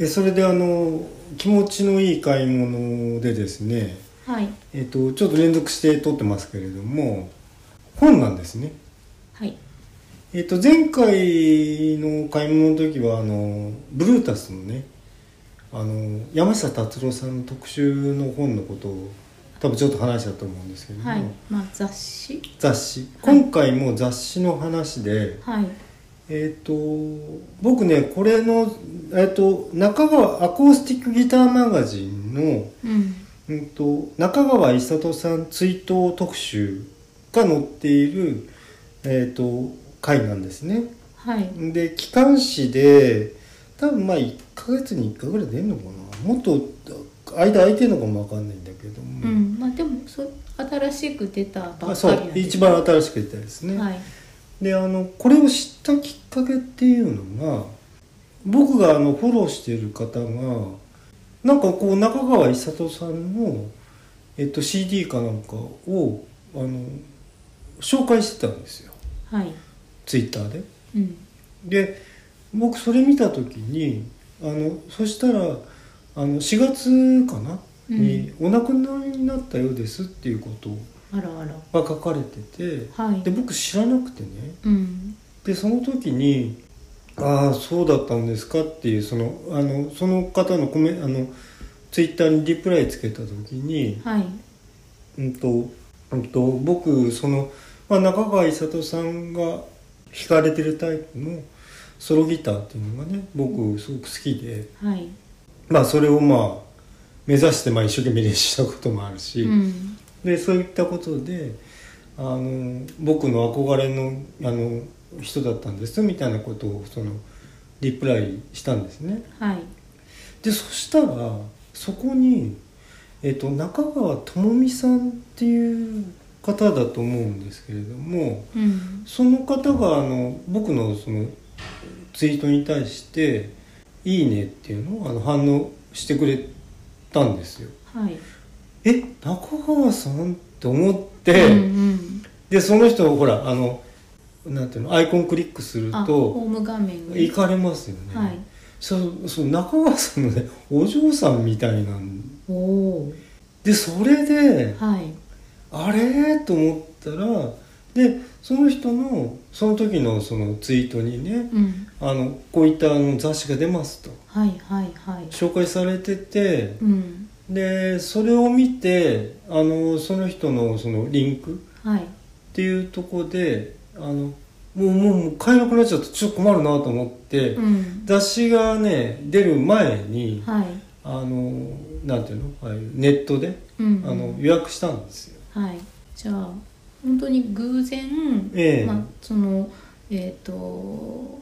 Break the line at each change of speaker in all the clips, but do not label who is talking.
えそれであの気持ちのいい買い物でですね、
はい
えっとちょっと連続して撮ってますけれども本なんですね。
はい
えっと前回の買い物の時はあのブルータスのねあの山下達郎さんの特集の本のことを多分ちょっと話したと思うんですけれども、
はいまあ雑誌
雑誌
はい
今回も雑誌の話で、
はい
えっ、と僕ねこれのえっ、と中川アコースティックギターマガジンの、
うん
うん、と中川一里さん追悼特集が載っているえっ、と回なんですね。
はい
で機関誌で多分まあ1ヶ月に1回ぐらい出るのかなもっと間空いてるのかもわかんないんだけども、
うんまあでもそう新しく出たばっかり
あそう一番新しく出たですね。
はい
であのこれを知ったきっかけっていうのが僕があのフォローしている方がなんかこう中川一里さんの、えっと、CD かなんかをあの紹介してたんですよ
はい
ツイッターで。
うん
で僕それ見た時にあのそしたらあの4月かな、
うん
に「お亡くなりになったようです」っていうこと
あらあら
が書かれてて
はい
で僕知らなくてね、
うん
でその時に「ああそうだったんですか」っていうそのあのその方のコメあのツイッターにリプライつけた時に、
はい
うんとうん、と僕その、まあ、中川勇人さんが弾かれてるタイプのソロギターっていうのがね僕すごく好きで、
はい
まあ、それをまあ目指してまあ一生懸命練習したこともあるし。
うん
でそういったことであの僕の憧れのあの人だったんですみたいなことをそのリプライしたんですね
はい
でそしたらそこに、えっと中川智美さんっていう方だと思うんですけれども
うん
その方があの僕のそのツイートに対して「いいね」っていうのをあの反応してくれたんですよ。
はい
え中川さんって思って、
うん
でその人ほらあのなんていうのアイコンクリックす
う
る
ん、あホ
と
ーム画面に
行かれますよね、
はい
そうそう中川さんのねお嬢さんみたいなん
おお
でそれで
はい
あれと思ったらでその人のその時のそのツイートにね
うん
あのこういったあの雑誌が出ますと
はいはいはい
紹介されてて
うん
でそれを見てあのその人のそのリンク
はい
っていうとこであのもうもうもう買えなくなっちゃうとちょっと困るなと思って、
うん
雑誌がね出る前に、
はい
あのなんていうのああいうネットで、
うん
あの予約したんですよ。
はいじゃあ本当に偶然、
ええ
まあ、そのえっ、と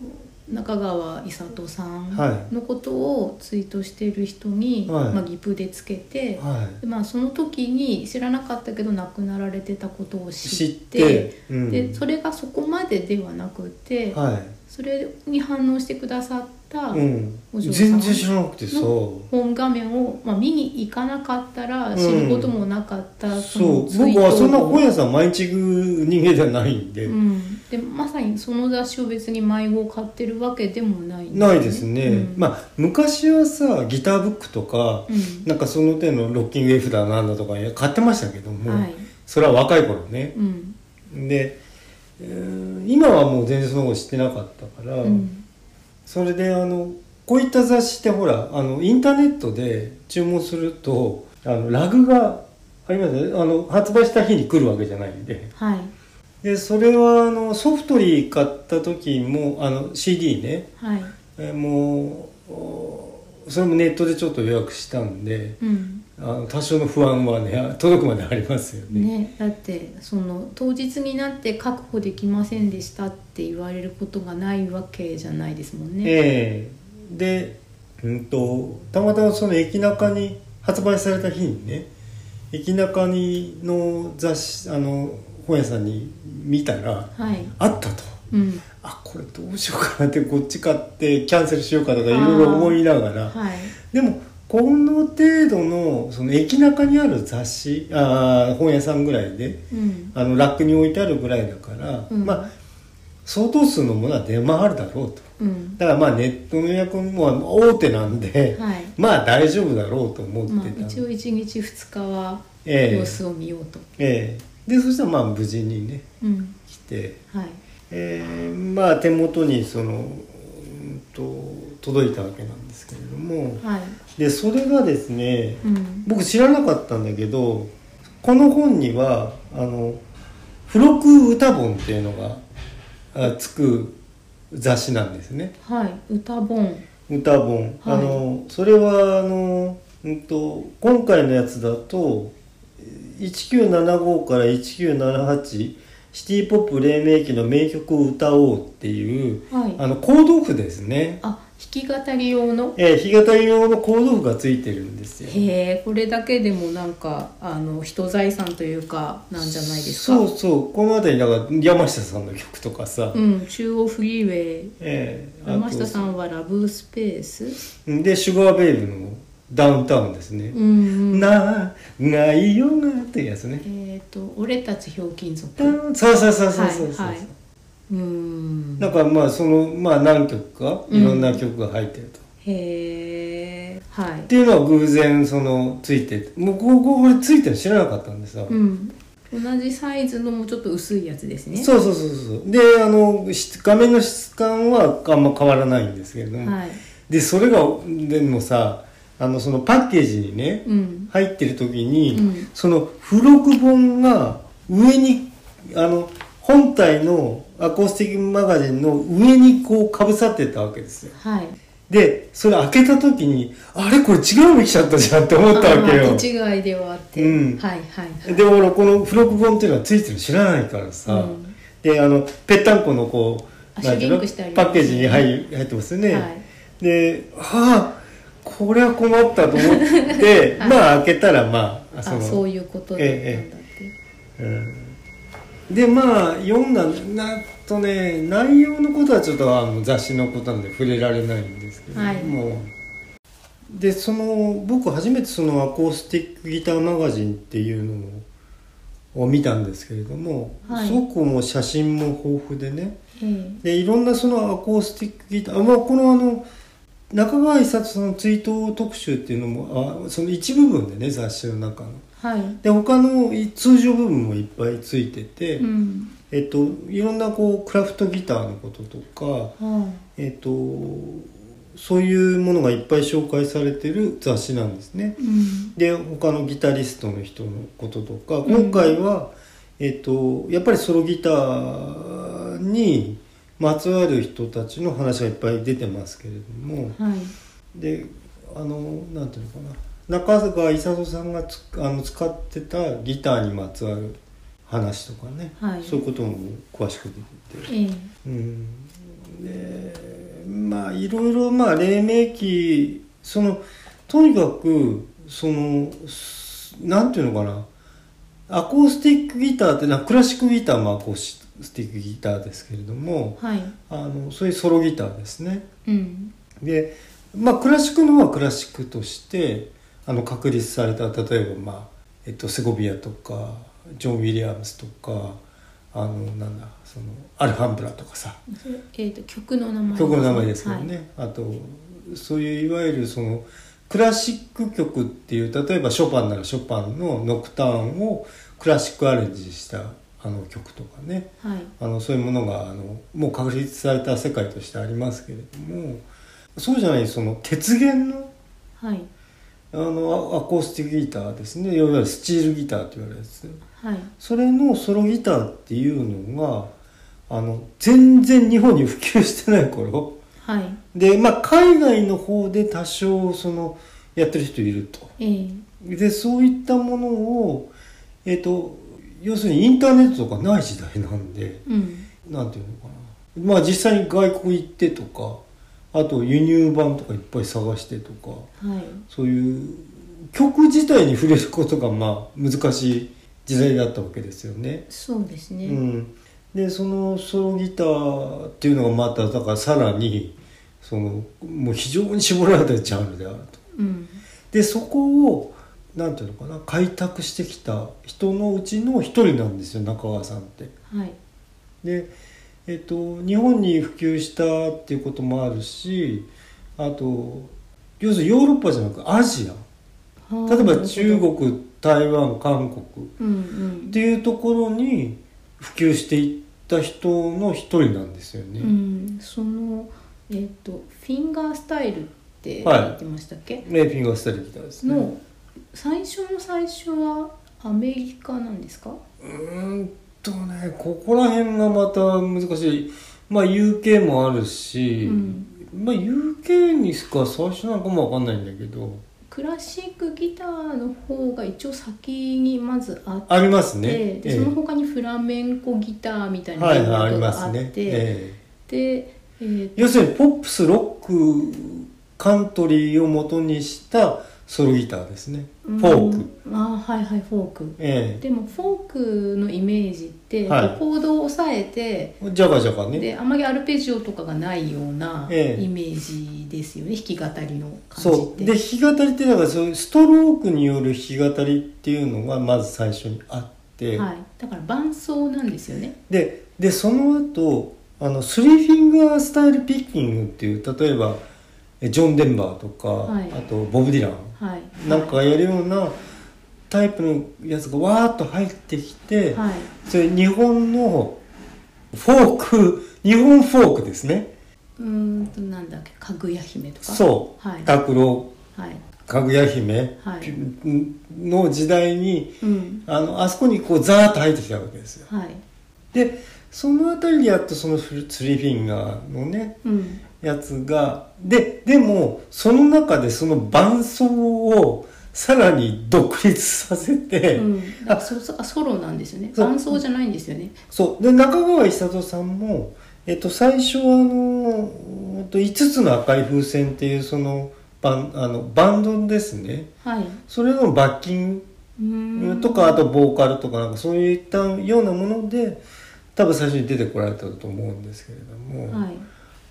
中川伊里さ
は
んのことをツイートしている人に、
はい
まあ、ギプでつけて、
は
でまあ、その時に知らなかったけど亡くなられてたことを
い、
知
知っ
って
て、うん、
でそれがそこまでではなくて、
は
それに反応してくださった、
い、うん、
お嬢さん
全然知らなくてさ、
ホーム画面を、まあ、見に行かなかったら死ぬこともなかった、
そう
のツイー
僕
トを
はそんな本屋さん毎日行く人間じゃないんで、
うん、でまさにその雑誌を別に迷子を買ってるわけでもないんだよ
ないですね、
うん、
まあ昔はさギターブックとか、
うん
なんかその手のロッキング F だなんだとか買ってましたけども、
はい
それは若い頃ね
うん
で、えー今はもう全然そのこと知ってなかったから、
うん
それであのこういった雑誌ってほらあのインターネットで注文するとあのラグがありますねあの発売した日に来るわけじゃないんで
はい
でそれはあのソフトリー買った時もあの CD ね、
はい
えーもうおそれもネットでちょっと予約したんで。
うん
あの多少の不安はね届くまでありますよね。
ね、だってその当日になって確保できませんでしたって言われることがないわけじゃないですもんね。
ええで、うん、とたまたまその駅中に発売された日にね駅中にの雑誌あの本屋さんに見たら
はい、
あったと。
うん
あこれどうしようかなってこっち買ってキャンセルしようかとかいろいろ思いながら
はい
でもこの程度のその駅中にある雑誌あー本屋さんぐらいで
うん
あのラックに置いてあるぐらいだから、
うん
まあ相当数のものは出回るだろうと
うん
だからまあネットの予約も大手なんで、
はい
まあ大丈夫だろうと思ってた
まあ
んで、
一応1日2日は
ええ
様子を見ようと、
ええでそしたらまあ無事にね
うん
来て、
はい
ええまあ手元にそのうんと届いたわけなんですけれども
はい
でそれがですね、
うん
僕知らなかったんだけどこの本にはあの付録歌本っていうのがあつく雑誌なんですね
はい歌本
歌本、
はい
あのそれはあの、うん、と今回のやつだと1975から1978シティ・ポップ黎明期の名曲を歌おうっていう
はい
あのコード譜ですね、
あ弾き語り用の
えー、弾き語り用のコード譜がついてるんですよ
へえこれだけでもなんかあの人財産というかなんじゃないですか
そうそうこの辺りなんか山下さんの曲とかさ、
うん、中央フリーウェイ
ええ
山下さ
あ
んはラブスペース
とでシュガーベイブのダウンタウンですね
う、んうん
なないよなっていうやつね、
えっ、と「俺たちひょうきん族」
そうそうそうそうそうそう、
はいはいうーん
なんかまあそのまあ何曲か
うん
いろんな曲が入ってると、
へえは
っ
い
ていうのは偶然そのついててもうこここれついてるの知らなかったんでさ、
うん同じサイズのもうちょっと薄いやつですね
そうそうそうそうであのし画面の質感はあんま変わらないんですけれども、
はい
でそれがでもさあのそのパッケージにね、
うん
入ってる時に、
うん
その付録本が上にあの本体のアコースティックマガジンの上にこうかぶさってたわけですよ
はい
でそれ開けた時にあれこれ違うの来ちゃったじゃんって思ったわけ
あま
よ
あ手違いではあって、
うん
はいはいはい
で俺この付録本っていうのはついてるの知らないからさ、
うん
であのぺったんこのこう
あ
なんていう
シュリン
の
クしてありま
パ
すね
ッケージに入入ってますよね、
はい
ではあこれは困ったと思 って、まあ開けたらまあ
あそういうことだったんだって、
うんでまあ読んだなとね内容のことはちょっとあの雑誌のことなんで触れられないんですけど
はい
も、でその僕初めてそのアコースティックギターマガジンっていうのをを見たんですけれども、
はい
すごくもう写真も豊富でね
え
でいろんなそのアコースティックギター、まあ、このあの中川久人さんの追悼特集っていうのもあその一部分でね雑誌の中の。
えはい
で他のい通常部分もいっぱいついてて、
うん
えっと、いろんなこうクラフトギターのこととか、
は
えっと、そういうものがいっぱい紹介されてる雑誌なんですね
い、。うん
で他のギタリストの人のこととか
うん
今回は、えっと、やっぱりソロギターにまつわる人たちの話がいっぱい出てますけれども。
はい
であのなんていうのかな中坂功さんがつあの使ってたギターにまつわる話とかね、
はい
そういうことも詳しく出てて、
ええ
うん、でまあいろいろまあ黎明期そのとにかくそのすなんていうのかなアコースティックギターってなクラシックギターもアコースティックギターですけれども
はい
あのそういうソロギターですね。
うん
でまあクラシックの方はクラシックとしてあの確立された例えば、まあえっと、セゴビアとかジョン・ウィリアムズとかあのなんだそのアルハンブラとかさ
それえー、と曲の名前
曲の名前ですけど
はい
ね、あとそういういわゆるそのクラシック曲っていう例えばショパンならショパンのノクターンをクラシックアレンジしたあの曲とかね
はい
あのそういうものがあのもう確立された世界としてありますけれどもそうじゃないその鉄弦の
はい
あのアアコースティックギターですねいわゆるスチールギターと言われるやつ
はい
それのソロギターっていうのがあの全然日本に普及してない頃
はい
でまあ海外の方で多少そのやってる人いると
ええ
でそういったものをえっ、と要するにインターネットとかない時代なんで
うん
なんていうのかなまあ実際に外国行ってとかあと輸入版とかいっぱい探してとか
はい
そういう曲自体に触れることがまあ難しい時代だったわけですよね。
そうです
う
ね、
ん、でそのソロギターっていうのがまただからさらにそのもう非常に絞られたジャンルであると。
うん
でそこをなんていうのかな開拓してきた人のうちの一人なんですよ中川さんって。
はい
でえっと、日本に普及したっていうこともあるしあと要するにヨーロッパじゃなくアジア
はあ
例え
な
ば
るほど
中国台湾韓国
うんう
っ
ん
ていうところに普及していった人の一人なんですよね。
うん、そのえっ、とフィンガースタイルって
はい
言ってましたっけ、
ねフィンガースタイルギターですね。
の最初の最初はアメリカなんですか
うーんとねここら辺がまた難しいまあ UK もあるし、
うん
まあ UK にしか最初なんかもわかんないんだけど
クラシックギターの方が一応先にまずあって
ありますね。
でその他にフラメンコギターみたいな
はいはいあ
こ
り
と
ますね。
で、
ええ
えー
要するにポップスロックカントリーを元にしたソロギターですね。フ
うん
ォーク。
あーはいはいフォーク
え
でもフォークのイメージって、
はい
こうコードを押さえて
えジャカジャカね。
であまりアルペジオとかがないようなイ
ええ
メージですよね、弾き語りの感じっ
そう
て
で弾き語りってだからそういうストロークによる弾き語りっていうのがまず最初にあって、
はい、だから伴奏なんですよね
ででその後あのスリーフィンガースタイルピッキングっていう例えばえジョン・デンバーとか、
はい
あとボブ・ディラン
はい
なんかやるようなタイプのやつがわーっと入ってきて、
はい
それ日本のフォーク 日本フォークですね
うーんとなんだっけかぐや姫とか
そう、
はい
拓郎
はい
かぐや姫
はい
の時代に
うん
あのあそこにこうザーッと入ってきたわけですよ
はい
でそのあたりでやっとそのスリーフィンガーのね
うん
やつがででもその中でその伴奏をさらに独立させて、
うん、だからそそあソロなんですよね
そう
伴奏じゃないんですよね
そうで中川久人さんも、えっと、最初はあの、えっと、5つの赤い風船っていうそのバンあのバンドですね
はい
それのバッキング
うーん
とかあとボーカルとかなんかそういったようなもので多分最初に出てこられたと思うんですけれども、
はい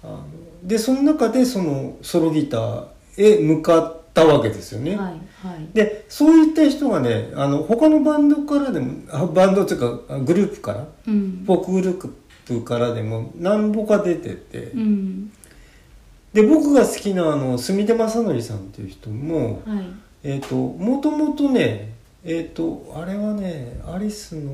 あのでその中でそのソロギターへ向かったわけですよね。
はいはい
でそういった人がねあの他のバンドからでもあバンドっていうかあグループから
うん
フォークグループからでも何ぼか出てて、
うん
で僕が好きなあの住出正則さんっていう人も、
はい
えっ、と、もともとね、えっ、と、あれはね、アリスの、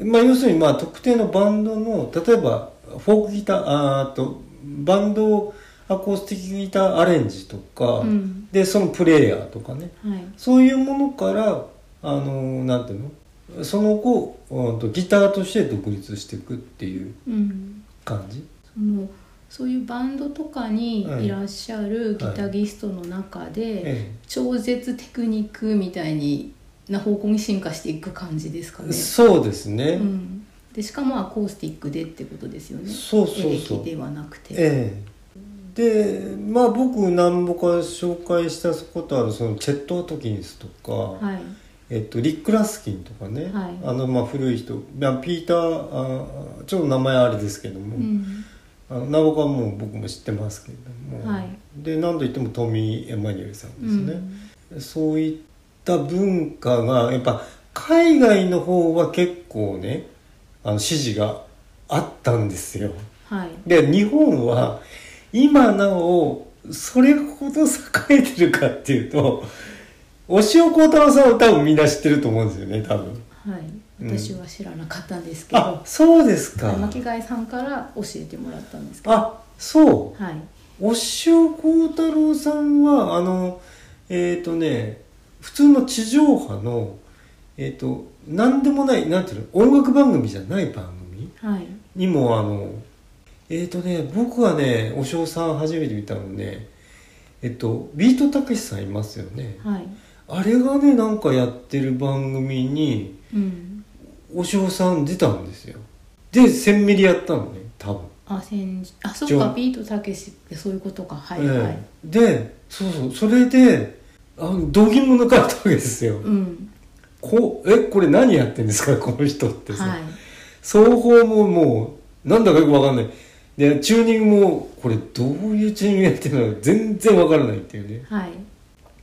まあ、要するに、まあ、特定のバンドの、例えば、フォークギター、あーあと、バンドアコースティックギターアレンジとか、
うん
で、そのプレイヤーとかね、
はい
そういうものから、あの、なんていうのその後、うんと、ギターとして独立していくっていう
うん
感じ。
そのそういうバンドとかにいらっしゃるギタリストの中で、
え
超絶テクニックみたいにな方向に進化していく感じですか
え
ね。
そうですね。
うん、でしかもアコースティックでってことですよね。
そうそうそう
エレキではなくて。
ええでまあ僕何ぼか紹介したことあるそのチェット・アトキンスとか、
はい
えっと、リック・ラスキンとかね、
はい
あのまあ古い人まあピーターあーちょっと名前あれですけども、
うん
あの何ぼかもう僕も知ってますけれども、
はい
で何といってもトミー・エマニュエルさん
う
ですね、
ん
そういった文化がやっぱ海外の方は結構ねあの支持があったんですよ。
はい
で日本は今なおそれほど栄えてるかっていうと押尾幸太郎さんは多分みんな知ってると思うんですよね多分
はい。
うん
私は知らなかったんですけど、
あそうですか
巻貝さんから教えてもらったんですけど。
あそ
はい。
う押尾幸太郎さんはあのえっ、とね普通の地上波のえっ、と何でもないなんていうの音楽番組じゃない番組
はい。
にもあのえっ、ー、とね僕はねお尚さん初めて見たのねえっとビートたけしさんいますよね
はい。
あれがねなんかやってる番組に
うん。
お尚さん出たんですよで千ミリやったのね多分、
あ、先日あ、そ
ジ
う
ョ
か
ン。
ビートたけしってそういうことか。はい、
え
はい。
えでそうそうそれであの度肝も抜かれたわけですよ、
うん。
こうえこれ何やってんですか この人ってさ、
はい。
双方ももうなんだかよくわかんないでチューニングもこれどういうチューニングやってるのか全然わからないっていうね
はい。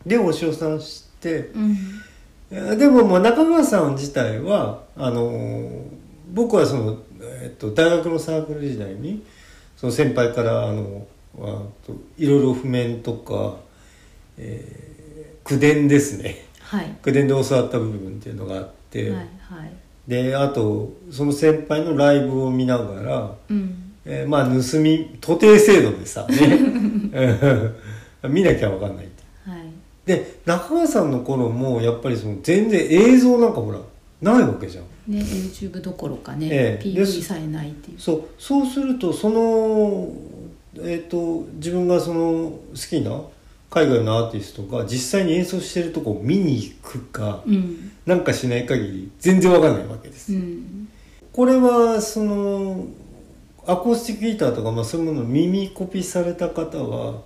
でお塩さん知って
うん。
いやでもまあ中川さん自体はあのー僕はそのえっと、大学のサークル時代にその先輩からあのあといろいろ譜面とか、えー、口伝ですね
はい
口伝で教わった部分っていうのがあって、
はいはい
であとその先輩のライブを見ながら、
うん
えーまあ盗み徒弟制度でさね うん 見なきゃ分かんないって
はい
で中川さんの頃もやっぱりその全然映像なんかほらないわけじゃん
ね YouTube どころかね、
ええ
PV さえないっていう
そうそうするとそのえっ、と自分がその好きな海外のアーティストが実際に演奏してるとこを見に行くか、
うん
なんかしない限り全然わかんないわけです、
うん
これはそのアコースティックギターとか、まあ、そういうものを耳コピーされた方は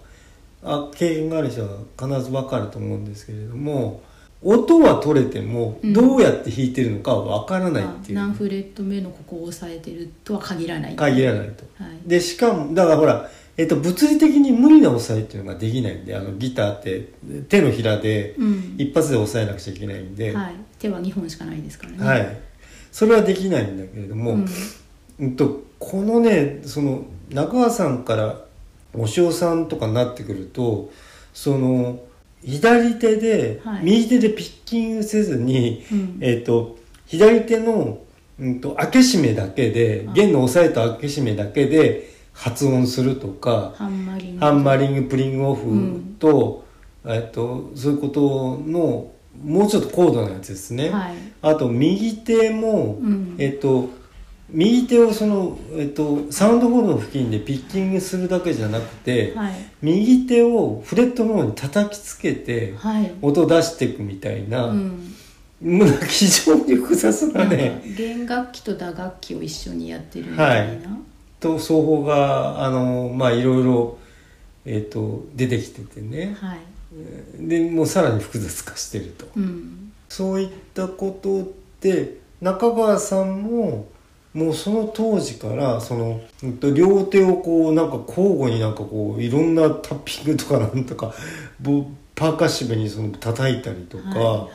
あ経験がある人は必ず分かると思うんですけれども音は取れても
うん
どうやって弾いてるのかは分からない
まあ
っていう、
何フレット目のここを押さえてるとは限らない
限らないと。
はい
でしかもだからほら、えっと、物理的に無理な押さえっていうのができないんであのギターって手のひらで
うん
一発で押さえなくちゃいけないんで、
はい、手は2本しかないですからね
はいそれはできないんだけれども、
うん
うんとこのねその中川さんからお塩さんとかになってくるとその左手で、
はい
右手でピッキングせずに、
うん
えっと左手の、うん、と開け閉めだけで
あ
弦の押さえと開け閉めだけで発音するとか
ハンマリング
ハンマリングプリングオフ
ん
と,、えっとそういうことのもうちょっと高度なやつですね。
はい
あと右手も、
うん
えっと右手をその、えっと、サウンドホールの付近でピッキングするだけじゃなくて、
はい
右手をフレットの方に叩きつけて
はい
音出していくみたいな、
うん
もうなんか非常に複雑な
なんか
ね
弦楽器と打楽器を一緒にやってるみたいな、
と奏法があのまあいろいろ、えっと出てきててね、
はい
でもうさらに複雑化してると。
うん
そういったことって中川さんももうその当時からそのうんと両手をこうなんか交互になんかこういろんなタッピングとかなんとか ボパーカッシブにその叩いたりとか、
はいは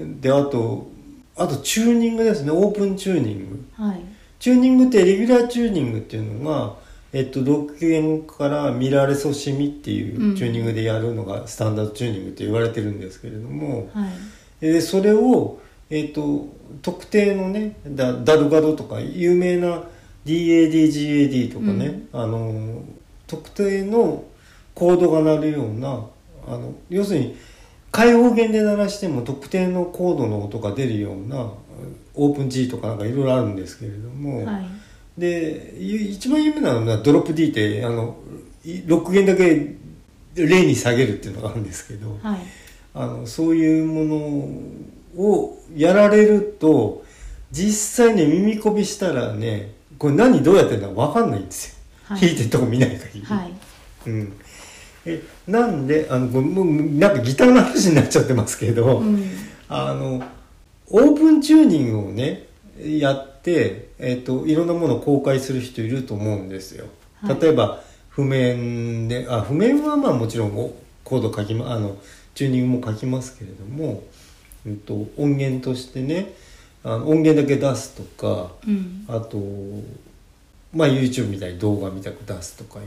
い
であとあとチューニングですねオープンチューニング
はい
チューニングってレギュラーチューニングっていうのが、えっと、独演からミラーレソシミっていうチューニングでやるのがスタンダードチューニングって言われてるんですけれども、
はい
でそれを、えー、と特定のねダダルガドとか有名な DADGAD とかね、あの特定のコードが鳴るようなあの要するに開放弦で鳴らしても特定のコードの音が出るようなオープン G とかなんかいろいろあるんですけれども、
はい
でゆ一番有名なのはドロップ D ってあのい6弦だけ0に下げるっていうのがあるんですけど。
はい
あのそういうものをやられると実際ね耳こびしたらねこれ何どうやってるのか分かんないんですよ、
はい
弾いてるとこ見ない限り、
はい
うん、えなんであのごもうなんかギターの話になっちゃってますけど、
うん
あのオープンチューニングをねやって、えっといろんなものを公開する人いると思うんですよ。
はい
例えば譜面であ譜面はまあもちろんおコード書き、ま、あのチューニングも書きますけれども、うん、と音源としてねあの音源だけ出すとか
うん
あと、まあ、YouTube みたいに動画みたく出すとかい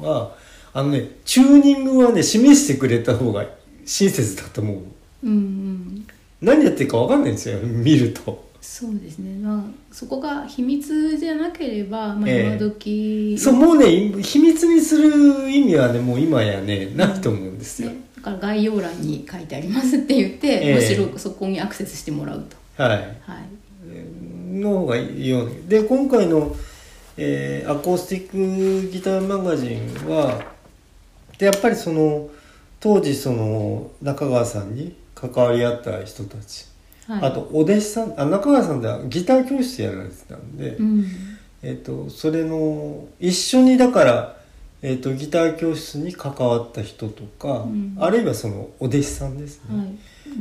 うのはあのねチューニングはね示してくれた方が親切だと思う。
うんうん
何やってるか分かんないんですよ見ると
そうですねまあそこが秘密じゃなければ、まあ、
ええ
今時、
そうもうねい秘密にする意味はねもう今やねないと思うんですよ、
ね、だから概要欄に書いてありますって言って、
ええ
むしろそこにアクセスしてもらうと
はい
はい
の方がいいようにで今回の、えーアコースティックギターマガジンはでやっぱりその当時その中川さんに関わり合った人たち、
はい
あとお弟子さんあ中川さんではギター教室やられてたんで、
うん
えっとそれの一緒にだから、えっとギター教室に関わった人とか、
うん
あるいはそのお弟子さんですね、
はい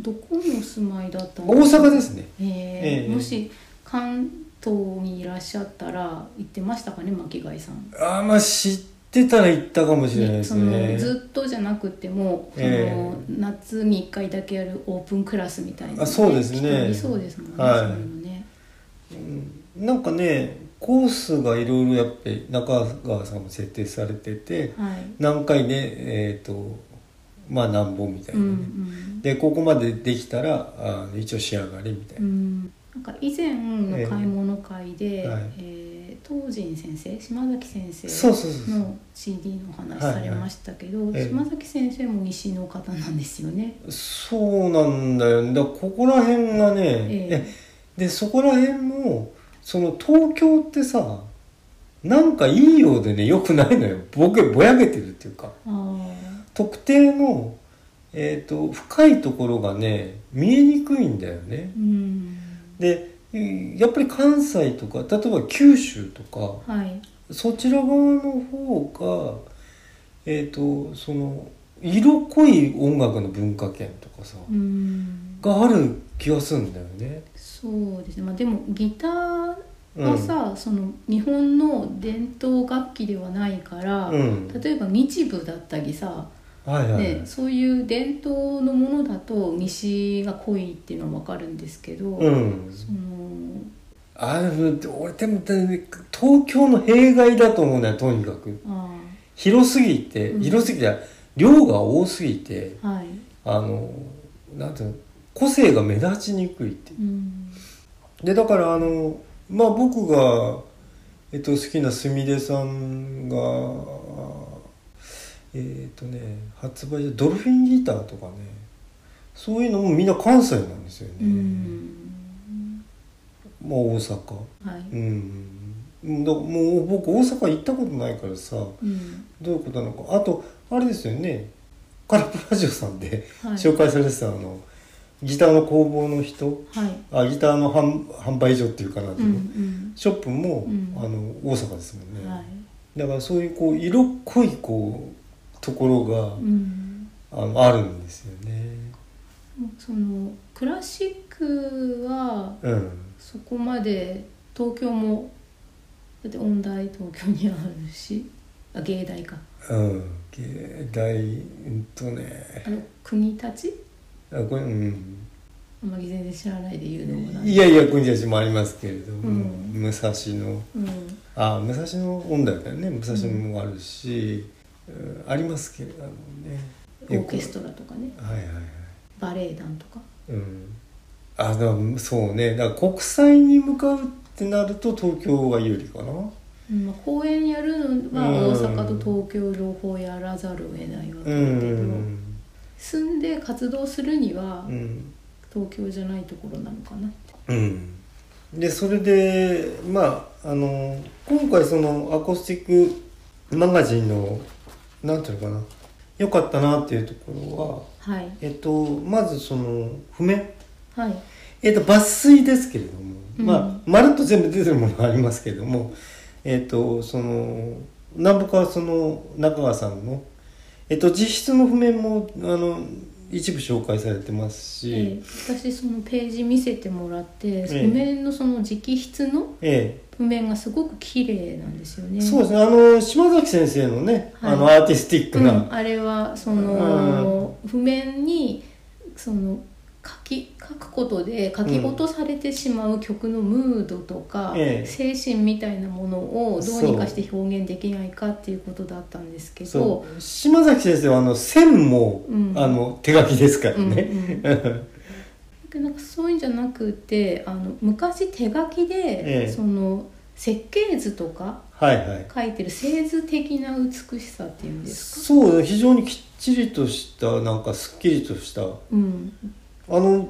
どこにお住まいだったん
大
ですか
阪ですね
ええ
ええ
もし関東にいらっしゃったら行ってましたかね巻貝さん
ああまあ知ってたら行ったかもしれないです
その
ね
ずっとじゃなくても、
ええ
その夏に1回だけやるオープンクラスみたいなのね、
あそうですね
人いそうですもんね、
はい
そういうのね
なんかねコースがいろいろやっぱり中川さんも設定されてて
はい
何回ねえっ、とまあ何本みたいうなね、
ん
でここまでできたらあの一応仕上がりみたい
うんう
な、
んなんか以前の買い物会で、え
ええはい
えー東仁先生島崎先生
そうそうそうそう
の CD の話されましたけど、
いはいええ
島崎先生も西の方なんですよね。
そうなんだよねだからここら辺がね、
え
でそこら辺もその東京ってさなんかいいようでね良くないのよ僕ぼやけてるっていうか
えあ
特定の、えー、と深いところがね見えにくいんだよね
ーうん
でやっぱり関西とか例えば九州とか
はい
そちら側の方がえっ、とその色濃い音楽の文化圏とかさ、
うん
がある気がするんだよね。
そうですね、まあ、でもギター
うん
はさ、その日本の伝統楽器ではないから、
うん
例えば日舞だったりさ、
はいはい、
ね、そういう伝統のものだと西が濃いっていうのは分かるんですけど、
うん、
その
あでも俺でもね東京の弊害だと思うねとにかく
あ
広すぎて
うん
広すぎて、量が多すぎて
あはい、
あのなんていうの個性が目立ちにくいって
うん、
でだからあのまあ僕が、えっと、好きなすみれさんがえっとね発売でドルフィンギターとかねそういうのもみんな関西なんですよね、
うん、
まあ大阪
はい、
うんだもう僕大阪行ったことないからさ
うん、
どういうことなのかあとあれですよねカラプラジオさんで
はい、
紹介されてたあのギターの工房の人
はい、
あギターの販販売所っていうかな
うん、うん、
ショップも、
うん
あの大阪ですもんね、
はい、
だからそういうこう色濃いこうところが、
うん。
あのあるんですよね
そのクラシックは
うん
そこまで東京もだって音大東京にあるしあ芸大か
うん芸大うんとね
あの国立
あこれうん
あんまり全然知らないで言うのもなんで
いやいや国たちもありますけれども、
うん
武蔵野
うん
あ武蔵野音楽だよね武蔵野もあるし、うんありますけれどもね
オーケストラとかね
はいはいはい
バレエ団とか
うんあだからそうねだから国際に向かうってなると東京が有利かな
うんまあ公演やるのは
うん
大阪と東京両方やらざるを得ないわけ
う
だけど
ん
住んで活動するには
うん、
東京じゃないところなのかなって
うん、でそれでまああの今回そのアコースティックマガジンのなんていうのかな良かったなっていうところは
はい
えっと、まずその譜面、
はい
えっと、抜粋ですけれども、
うん
まあまるっと全部出てるものがありますけれども、えっと、その南北はその中川さんの、えっと、実質の譜面もあの一部紹介されてますし、
ええ私そのページ見せてもらって
え
譜面のその直筆の
え
譜面がすごく綺麗なんですよ
え
ね。
そうですねあの島崎先生のね、
はい
あのアーティスティック
う
な、
ん、あれはその譜面にその書き書くことで書き落とされてしまう曲のムードとか、
ええ
精神みたいなものをどうにかして表現できないかっていうことだったんですけど
そ、う島崎先生はあの線も、
うん
あの手書きですから
うんうん
ね。
でなんかそういうんじゃなくてあの昔手書きで、
ええ
その設計図とか
はいはい
書いてる製図的な美しさっていうんですか、
そう非常にきっちりとしたなんかすっきりとしたあ
うん
の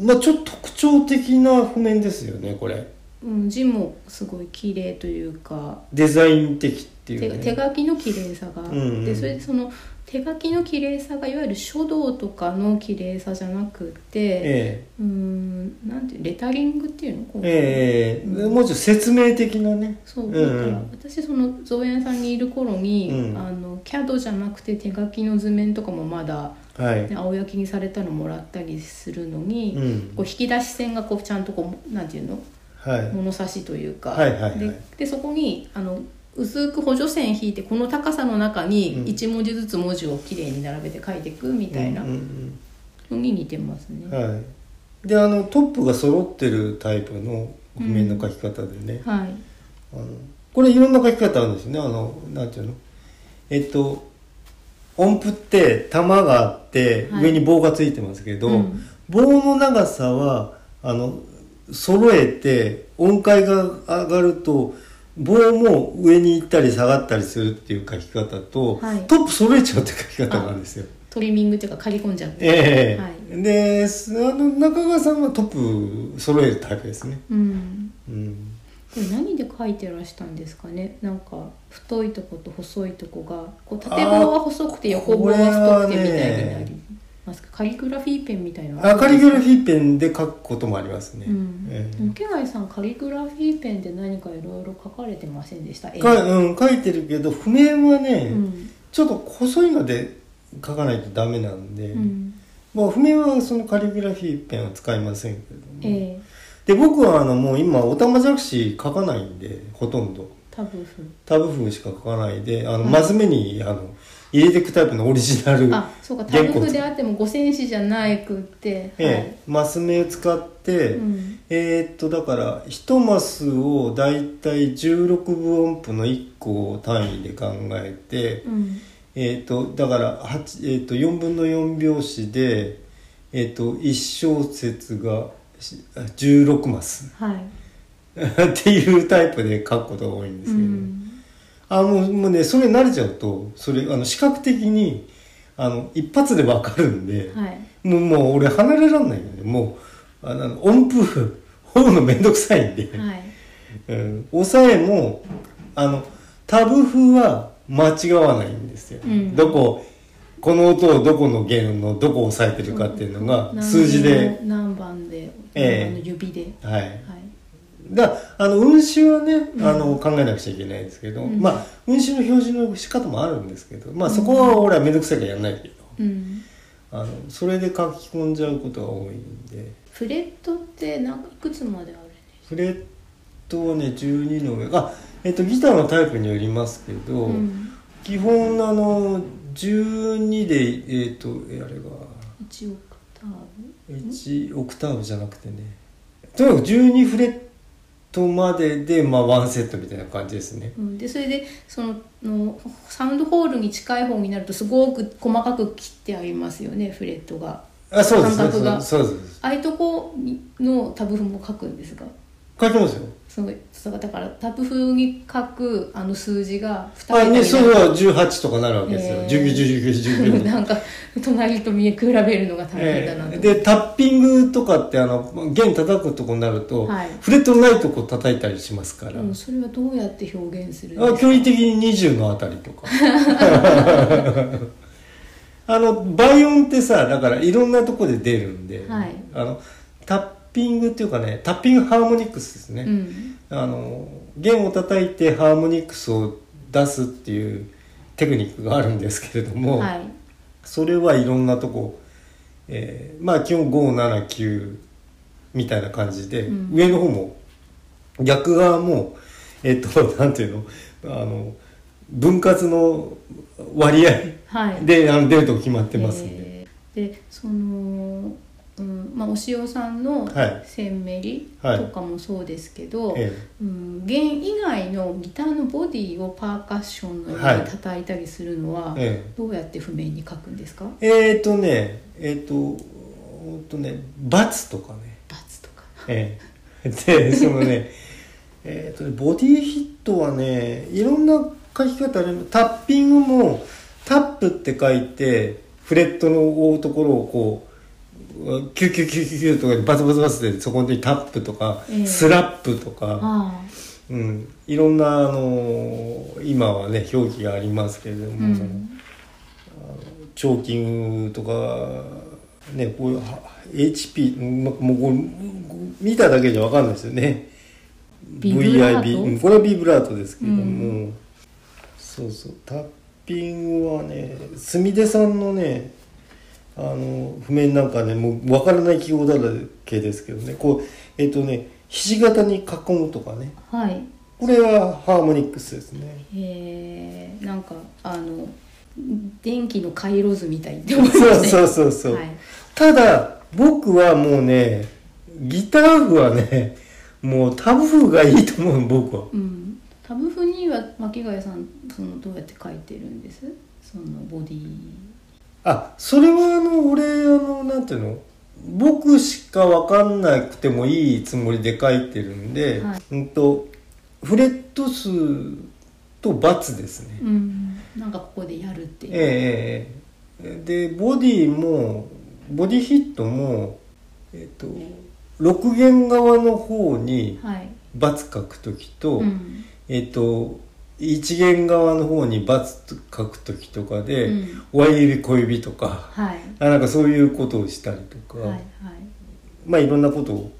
まあちょっと特徴的な譜面ですよねこれ
うん、字もすごい綺麗というか
デザイン的ってい
手
う、ね、
手書きの綺麗さがあって、
うんうん
それでその手書きの綺麗さがいわゆる書道とかの綺麗さじゃなくて、
え
うーんなんていうレタリングっていうのこ
え
う
ええ
うん
もうちょっと説明的なね
そう
うん
だから、
うん
私その造園さんにいる頃に、
うん
あの CAD じゃなくて手書きの図面とかもまだ、
はい、
ね、青焼きにされたのもらったりするのに、
うん
こう引き出し線がこうちゃんとこうなんていうの
はい
物差しというか、
はいはいはい
ででそこにあの薄く補助線引いてこの高さの中
うん
に1文字ずつ文字をきれいに並べて書いていくみたいな
うんうん
のに似てますね。
うん
はい、
はいであのトップが揃ってるタイプの譜面の書き方でね、あのこれいろんな書き方あるんですよねあのなんていうのえっと音符って玉があって、
はい
上に棒がついてますけど、
うん
棒の長さはあの揃えて音階が上がると棒も上に行ったり下がったりするっていう書き方と、
はい
トップ揃えちゃうって書き方なんですよ。
トリミングっていうか刈り込んじゃう
え
は
えですあの中川さんはトップ揃えるタイプですね。
うん
うん、
これ何で書いてらしたんですかねなんか太いとこと細いとこがこう縦棒は細くて横棒は太くてみたいになりますか、カリグラフィーペンみたいな
あカリグラフ
ィ
ィーペンで書くこともありますね。
うん
ええ
でも、けがいさんカリグラフィーペンで何かいろいろ書かれてませんでした絵
かうん、書いてるけど譜面はね、
うん
ちょっと細いので書かないとダメなんで、
うん
まあ、譜面はそのカリグラフィーペンは使いませんけれども、
ええ
で僕はあのもう今おたまじゃくし書かないんでほとんど
多分そう
タブ譜しか書かないであの、
はい
マス目にあの入れていくタイプのオリジナル
あそうかタ
原稿
ブ譜であっても五線紙じゃないくって、
ええマス目を使って、
はいうん
えーっとだから1マスをだいたい16分音符の1個を単位で考えて、
うん
えー、とだから、八えー、と4分の4拍子で、えー、と1小節がしあ16マス
はい、
っていうタイプで書くことが多いんで
う
すけど、
ん、
あもうもうねそれ慣れちゃうとそれあの視覚的にあの一発で分かるんで、
はい
もうもう俺離れらんないよねもうあの音符 方のめんどくさいんで、
はい
うん、押さえもあのタブ譜は間違わないんですよ、
うん
どここの音をどこの弦のどこを押さえてるかっていうのが数字で、
何番で
ええ
何番の指で、
はい
はい
だあの運指はね、
うん
あの考えなくちゃいけないんですけど、
うん
まあ運指の表示の仕方もあるんですけどまあそこは俺は面倒くさいからやんないけど、
うん、
あのそれで書き込んじゃうことが多いんで
フレットってなんかいくつまであるんです
フレットはね12の上あえっとギターのタイプによりますけど、
か、うん、
基本あの12でえっ、とえあれが
1オクター
1オクターブじゃなくてねとにかく12フレットまでで、まあ、ワンセットみたいな感じですね
ブ、うん、でそれでそののサウンドホールに近い方になるとすごく細かく切ってありますよねフレットが
あそうです
感
そう
覚
で
が
すそうです
ああいうとこのタブ譜も書くんですが
書きますよ
そのそうだからタブ譜に書くあの数字が2
あねそ
に
れ
なる
は18とかなるわけですよ、
えー
19191919 19
なんか隣と見比べるのが大変だなと、
えーでタッピングとかってあの弦叩くとこになると、
はい
フレットのないとこ叩いたりしますから、
うん、それはどうやって表現するんです
あ
か
距離的に20のあたりとか あの倍音ってさだからいろんなとこで出るんで、
はい
あのタッピングっていうかねタッピングハーモニクスですね、
うん
あの弦を叩いてハーモニクスを出すっていうテクニックがあるんですけれども、
はい
それはいろんなとこ、えーまあ基本579みたいな感じで、
うん
上の方も逆側もえっと なんていうのあの分割の割合
はい
で、あの出るとこ決まってますんで、
えーでその、うんまあ、お塩さんの
はい
せんめり
はい
とかもそうですけど、
え
うん、弦以外のギターのボディをパーカッションのよ
は
う
い
に叩いたりするのは、
え
どうやって譜面に書くんですか
ええーとねえっ、とほんとねバツとかね
バツとか
ええでそのねえっとねボディヒットはねいろんな書き方あるタッピングもタップって書いてフレットの覆うところをこうキュキュキュキュキュとかでバツバツバツでそこにタップとか、
ええ
スラップとか、
あ
うん、いろんな、あのー今はね表記がありますけれども、
あうん
チョーキングとかねこういうは HP んもうこれ見ただけじゃわかんないですよね
ビブラート
VIB うんこれはビブラートですけども、
う
そうそうタッピングはねすみ出さんのねあの譜面なんかねもうわからない記号だらけですけどねこうえっ、とねひし形に囲むとかね
はい
これはハーモニックスですね
えー、なんかあの電気の回路図みたいって思いま
そう
す
そ
ね
うそうそう、
はい
ただ僕はもうねギター部はねもうタブ譜がいいと思う僕は
うん、タブフには巻貝さんそのどうやって描いてるんですそのボディ
あそれはあの俺あのなんていうの僕しか分かんなくてもいいつもりで書いてるんで、
はい
うんとフレット数と×ですね、
うんなんかここでやるっていう、
ええええええでボディもボディヒットもえっ、と6弦側の方に
はい、
×書く時と、
うん
えっ、と1弦側の方に×書く時とかで、
うん
親指小指とか
はい
あなんかそういうことをしたりとか、
はいはい
まあいろんなことを、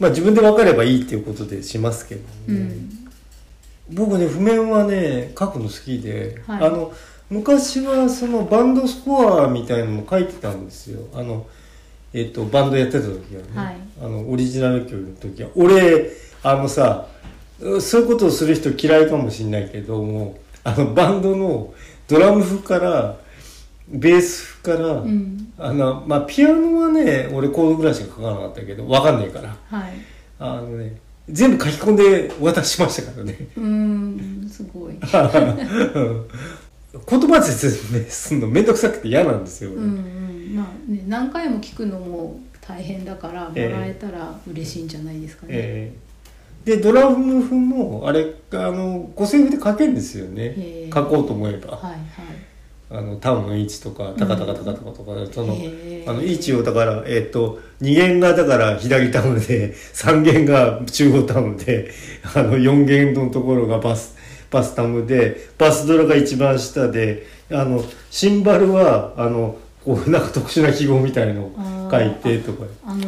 まあ、自分で分かればいいっていうことでしますけどね、
うん
僕ね譜面はね書くの好きで、
はい
あの昔はそのバンドスコアみたいのも書いてたんですよあの、えっとバンドやってた時はね、
はい
あのオリジナル曲の時は俺あのさうそういうことをする人嫌いかもしれないけどもあのバンドのドラム譜からベース譜から、
うん
あのまあピアノはね俺コードぐらいしか書かなかったけどわかんないから
はい
あのね全部書き込んで渡しましたからね
うんすごい、
うん 言葉で説明するの面倒くさくて嫌なんですよ、
う
俺
んうん、まあね何回も聞くのも大変だからも
ええ
らえたら嬉しいんじゃないですかね、
ええでドラム譜もあれあの五線譜で書けるんですよ
へ
ね
え
書こうと思えば
はいはい
あのタンの位置とかタカタカタカタカとか、その
へえ
あの位置をだからえっ、と2弦がだから左タムで3弦 が中央タムで あの4弦のところがバスバスタムでバスドラが一番下であのシンバルはあのこうなんか特殊な記号みたいのを書いてとか
あの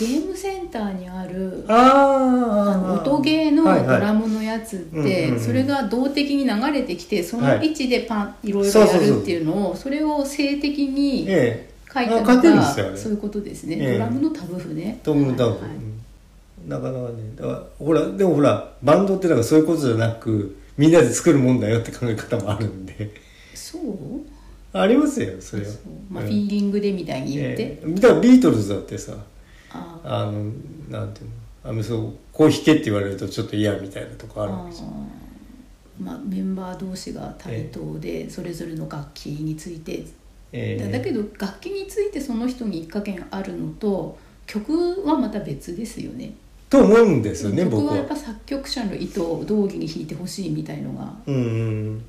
ゲームセンターにある
ああ
あの音ゲーの
はいはい
ドラムのやつって、
うんうんうん
それが動的に流れてきてそ
は
の
い
位置でパン、い、ろいろ
そう
や
そうそう
るっていうのをそれを性的に
ええ
書いたの
あ書いてるんで
が
すよあれ
そういうことですね、
ええ
ドラムのタブ譜ね
トム・ダウン、
はいはい
なかなかねだからほらでもほらバンドってなんかそういうことじゃなくみんなで作るもんだよって考え方もあるんで
そう
ありますよそれは
そうまあ、
うん
フィーリングでみたいに言って、
ええだからビートルズだってさ
ああ
あのなんていうのあのそうこう弾けって言われるとちょっと嫌みたいなとこあるんですよ
あーまあ、メンバー同士が対等でそれぞれの楽器について、
ええ
だけど楽器についてその人に一かけあるのと曲はまた別ですよね
と思うんですよね
僕
僕
は
は
やっぱ作曲者の意図を道義に弾いてほしいみたいのが
うんうん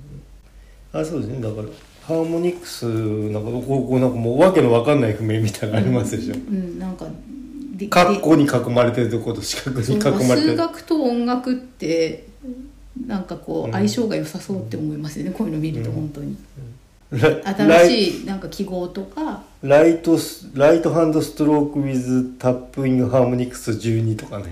あそうですねだからハーモニクスなんかこうこうなんかもうわけのわかんない譜面みたいなのありますでしょ、
うん、うんなんかで
括
で
弧に囲まれてるとこと四角に
その
囲まれて
数
る
学と音楽ってなんかこ
う
うん相性が良さそうって思いますよね、こういうの見ると本当に、
ラライ
新しいなんか記号とか
ライトスライトハンドストローク with タップイングハーモニクス12とかね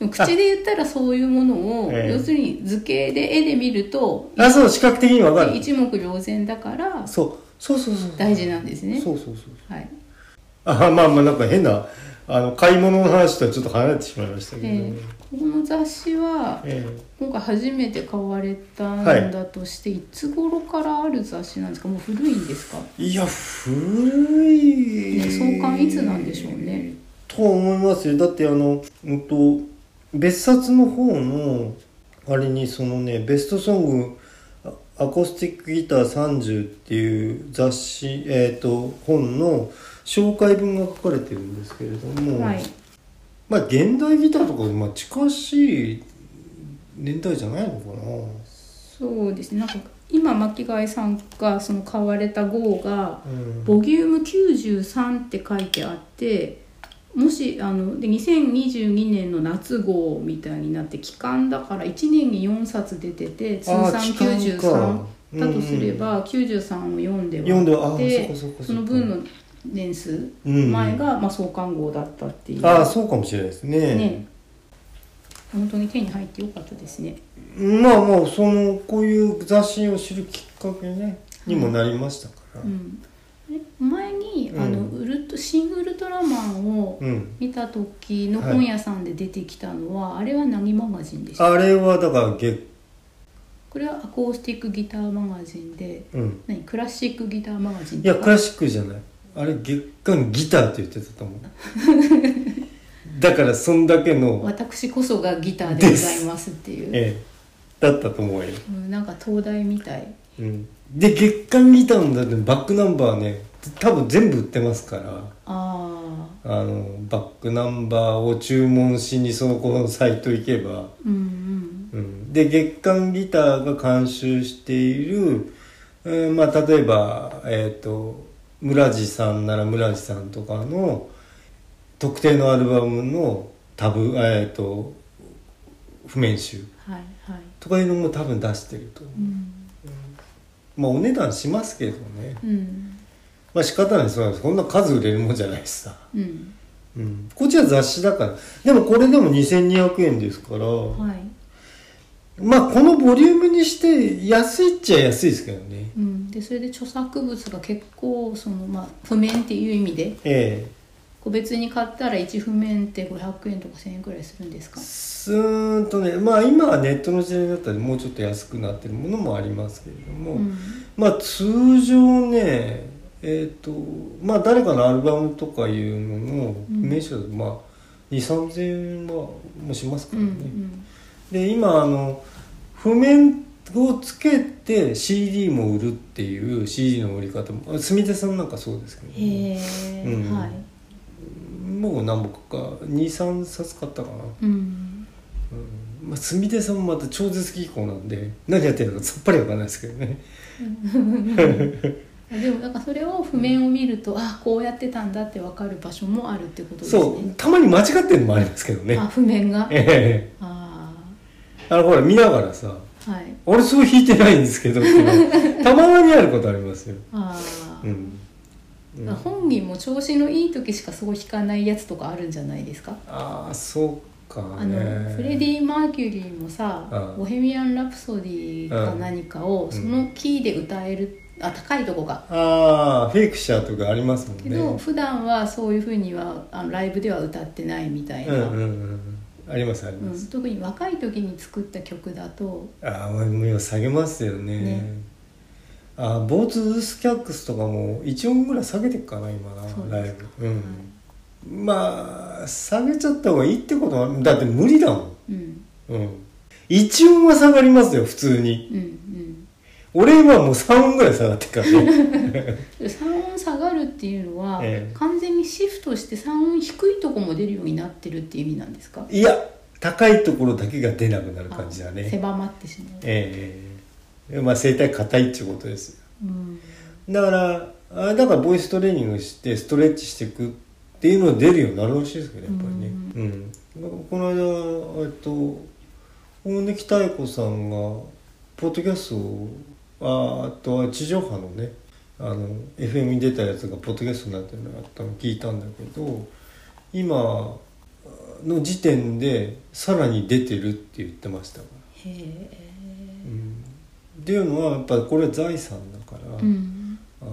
でも口で言ったらそういうものを、
ええ
要するに図形で絵で見ると
あそう視覚的にわかる
一目瞭然だから
そうそうそうそう
大事なんですね
そうそうそう
はい
あまあまあなんか変なあの買い物の話とはちょっと離れてしまいましたけど、
ええこの雑誌は
え
今回初めて買われたんだとして、い、つ頃からある雑誌なんですかもう古いんですか
えいや古い、
ね創刊いつなんでしょうね
と思いますよだってあの、うん、と別冊の方のあれにそのね「ベストソングあアコースティックギター30」っていう雑誌えっ、と本の紹介文が書かれてるんですけれども、
はい
まあ現代ギターとか、まあ、近しい年代じゃないのかな
そうですねなんか今巻貝さんがその買われた号が、
うん
ボリューム93って書いてあってもしあので2022年の夏号みたいになって期間だから1年に4冊出てて通算
あー期間か
93だとすれ
うん
ば、93を読んで
読んであ
は
あそっかそっかそっか
の分の年数
うん
前が、まあ、創刊号だったっていう
ああそうかもしれないです
ね本当に手に入ってよかったですね
まあまあそのこういう雑誌を知るきっかけねにもなりましたから、
うん、え前に、
うん
あのウルト新ウルトラマンを
うん
見た時の本屋さんで出てきたのは、あれは何マガジンでした
あれはだから月、
これはアコースティックギターマガジンで
うん、
何クラシックギターマガジン
いや
と
ク
か
ラシックじゃないあれ月刊ギターって言ってたと思う だからそんだけの、
私こそがギターでございますっていう、
ええ、だったと思うよ、
うん、なんか東大みたい
うん、で月刊ギターのだってバックナンバーね多分全部売ってますから
ああ
あのバックナンバーを注文しにその子のサイト行けば、
うんうん
うん、で月刊ギターが監修している、うんまあ、例えば、えー、と村地さんなら村地さんとかの特定のアルバムのタブ、えー、と譜面集
はいはい
とかいうのも多分出してると思う
うん、
まあお値段しますけどね
うん
まあ仕方ないそうなんですこんな数売れるもんじゃないしさ、
うん、
うん、こっちは雑誌だからでもこれでも2200円ですから、
はい
まあこのボリュームにして安いっちゃ安いですけどね
うん、でそれで著作物が結構その、まあ、譜面っていう意味で
え
個別に買ったら1譜面って500円とか1000円くらいするんです
え
か
すーんとねまあ今はネットの時代だったらもうちょっと安くなってるものもありますけれども、
うん
まあ通常ねえっ、とまあ誰かのアルバムとかいうのの名所だと、まあ2 3 0 0 0円はもしますか
う
ら
んう
ね、
ん
で今あの譜面をつけて CD も売るっていう CD の売り方もあすみれさんなんかそうですけど、
へえ、
うん
はい
もう何本か23冊買ったかな、
うん
うんまあ、すみれさんもまた超絶技巧なんで何やってるのかさっぱりわかんないですけどね
でもなんかそれを譜面を見ると、あこうやってたんだって分かる場所もあるってことですね
そうたまに間違ってるのもありますけどね
あ譜面が
ええ
あ
あのほら見ながらさ
あはい
「俺すごい弾いてないんですけど」っていう のたまにあることありますよ、
ああ、
うんうん
だから本人も調子のいい時しかそう弾かないやつとかあるんじゃないですか
ああそうかね
あのフレディ・マーキュリーもさ
うん
「ボヘミアン・ラプソディ」か何か
う
を
ん
そのキーで歌えるあ高いとこが
ああフェイクしちゃうとかありますもんね
けど普段はそういうふうにはあのライブでは歌ってないみたい
うん
な、
うんうんありますあり
う
ま
ん
す、
特に若い時に作った曲だと
ああもう今下げますよね
ね
ああボーツ・ウスキャックスとかも1音ぐらい下げてっかな今な
そう
ラ
で
イ
すか
ブ、うんまあ下げちゃった方がいいってことはだって無理だもん、
うん
うん、1音は下がりますよ普通に
うんうん
俺今もう3音ぐらい下がってっからね
3音下がるっていうのは、
ええ
完全にシフトして3音低いとこも出るようになってるっていう意味なんですか
いや高いところだけが出なくなる感じだね
あ狭まってしまう、
ええまあ声帯硬いっていうことですよ
うん
だからあだからボイストレーニングしてストレッチしていくっていうのが出るようになるらしいですけどやっぱりねうん、この間えっと大貫妙子さんがポッドキャストをああとは地上波のねあの FM に出たやつがポッドキャストになってるのがあったの聞いたんだけど今の時点でさらに出てるって言ってましたから
へえ、
うんっていうのはやっぱりこれは財産だから、
うん
あの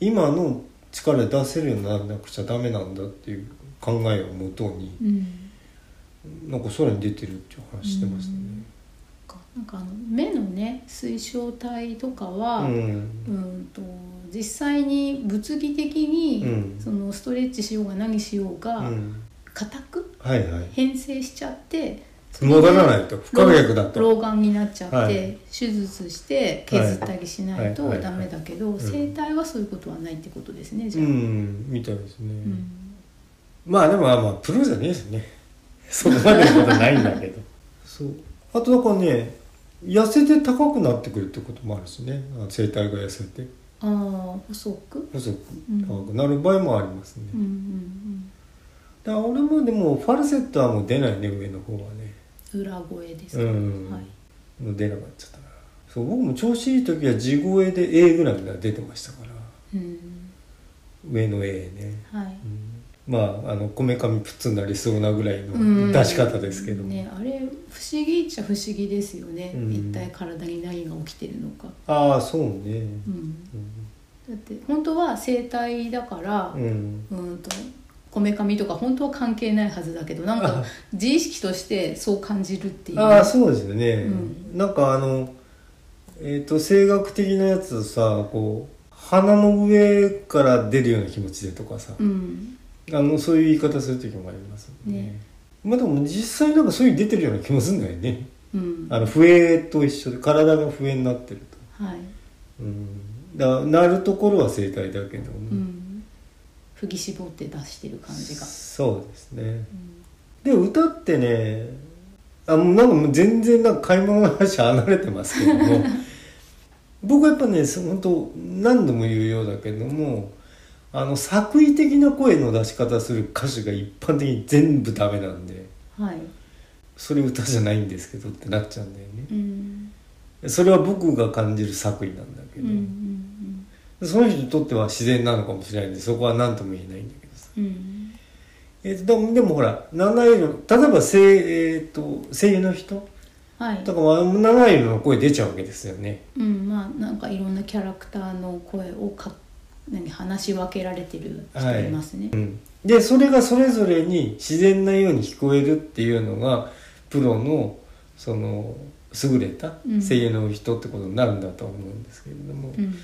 今の力で出せるようにならなくちゃダメなんだっていう考えをもとに
うん
なんか空に出てるっていう話してましたね。
かなんかあの目のね水晶体とか
う
は、うん
ん
と実際に物理的に、
うん
そのストレッチしようが何しよう
う
が
ん、
硬、く
はいはい
変性しちゃって
戻らないと不可逆だ
老
と。
老眼になっちゃって、
はい
手術して削ったりしないと
はいはい
ダメだけど、
ん
生体はそういうことはないってことですねじ
う
ゃあ。
んみたいですね。
うん
まあでもまあまあプロじゃねえですね。 そこまでのことはないんだけど。そうあとだからね痩せて高くなってくるってこともあるしねあ声帯が痩せて
ああ細く、
細く
うん
高くなる場合もありますね。
うんうん
だから俺もでもファルセットはもう出ないね上の方はね
うん、裏声ですか、
うん、
はい、
もう出なくなっちゃったなそう僕も調子いい時は地声で A ぐらいまで出てましたから
うん
上の A ね、
はい
うんまああのこめかみプツになりそうなぐらい
うん
の出し方ですけども、
ね、あれ不思議っちゃ不思議ですよね、
うん
一体体に何が起きてるのか、
ああそうね
うん、
うん、
だって本当は生体だから
うん
うんとこめかみとか本当は関係ないはずだけどなんか
あ
自意識としてそう感じるっていう
ああそうですよね、
う
なんかあのえっ、と声楽的なやつをさこう鼻の上から出るような気持ちでとかさ、
うん
あのそういう言い方する時もありますね
ね
まあでも実際なんかそういうの出てるような気もするんだよね
うん
あの笛と一緒で体が笛になってると、
はい、
うん、だから鳴るところは声帯だけど、
うん、振り絞って出してる感じが、
そうですね
うん
で歌ってねあもうなんかもう全然なんか買い物の話離れてますけど も僕はやっぱねそ本当何度も言うようだけどもあの作為的な声の出し方する歌手が一般的に全部ダメなんで
はい、
それ歌じゃないんですけどってなっちゃうんだよね
うん
それは僕が感じる作為なんだけ
うん
ど、
うん
その人にとっては自然なのかもしれないんでそこは何とも言えないんだけどさ、
うん
えーとでもでもほら七色例えば声,、えー、と声優の人
はい
だから七色の声出ちゃうわけですよね
うんまあなんかいろんなキャラクターの声をか何話し分けられてる人いますね、
うん、でそれがそれぞれに自然なように聞こえるっていうのがプロのその優れた
うん
声優の人ってことになるんだと思うんですけれども、
うん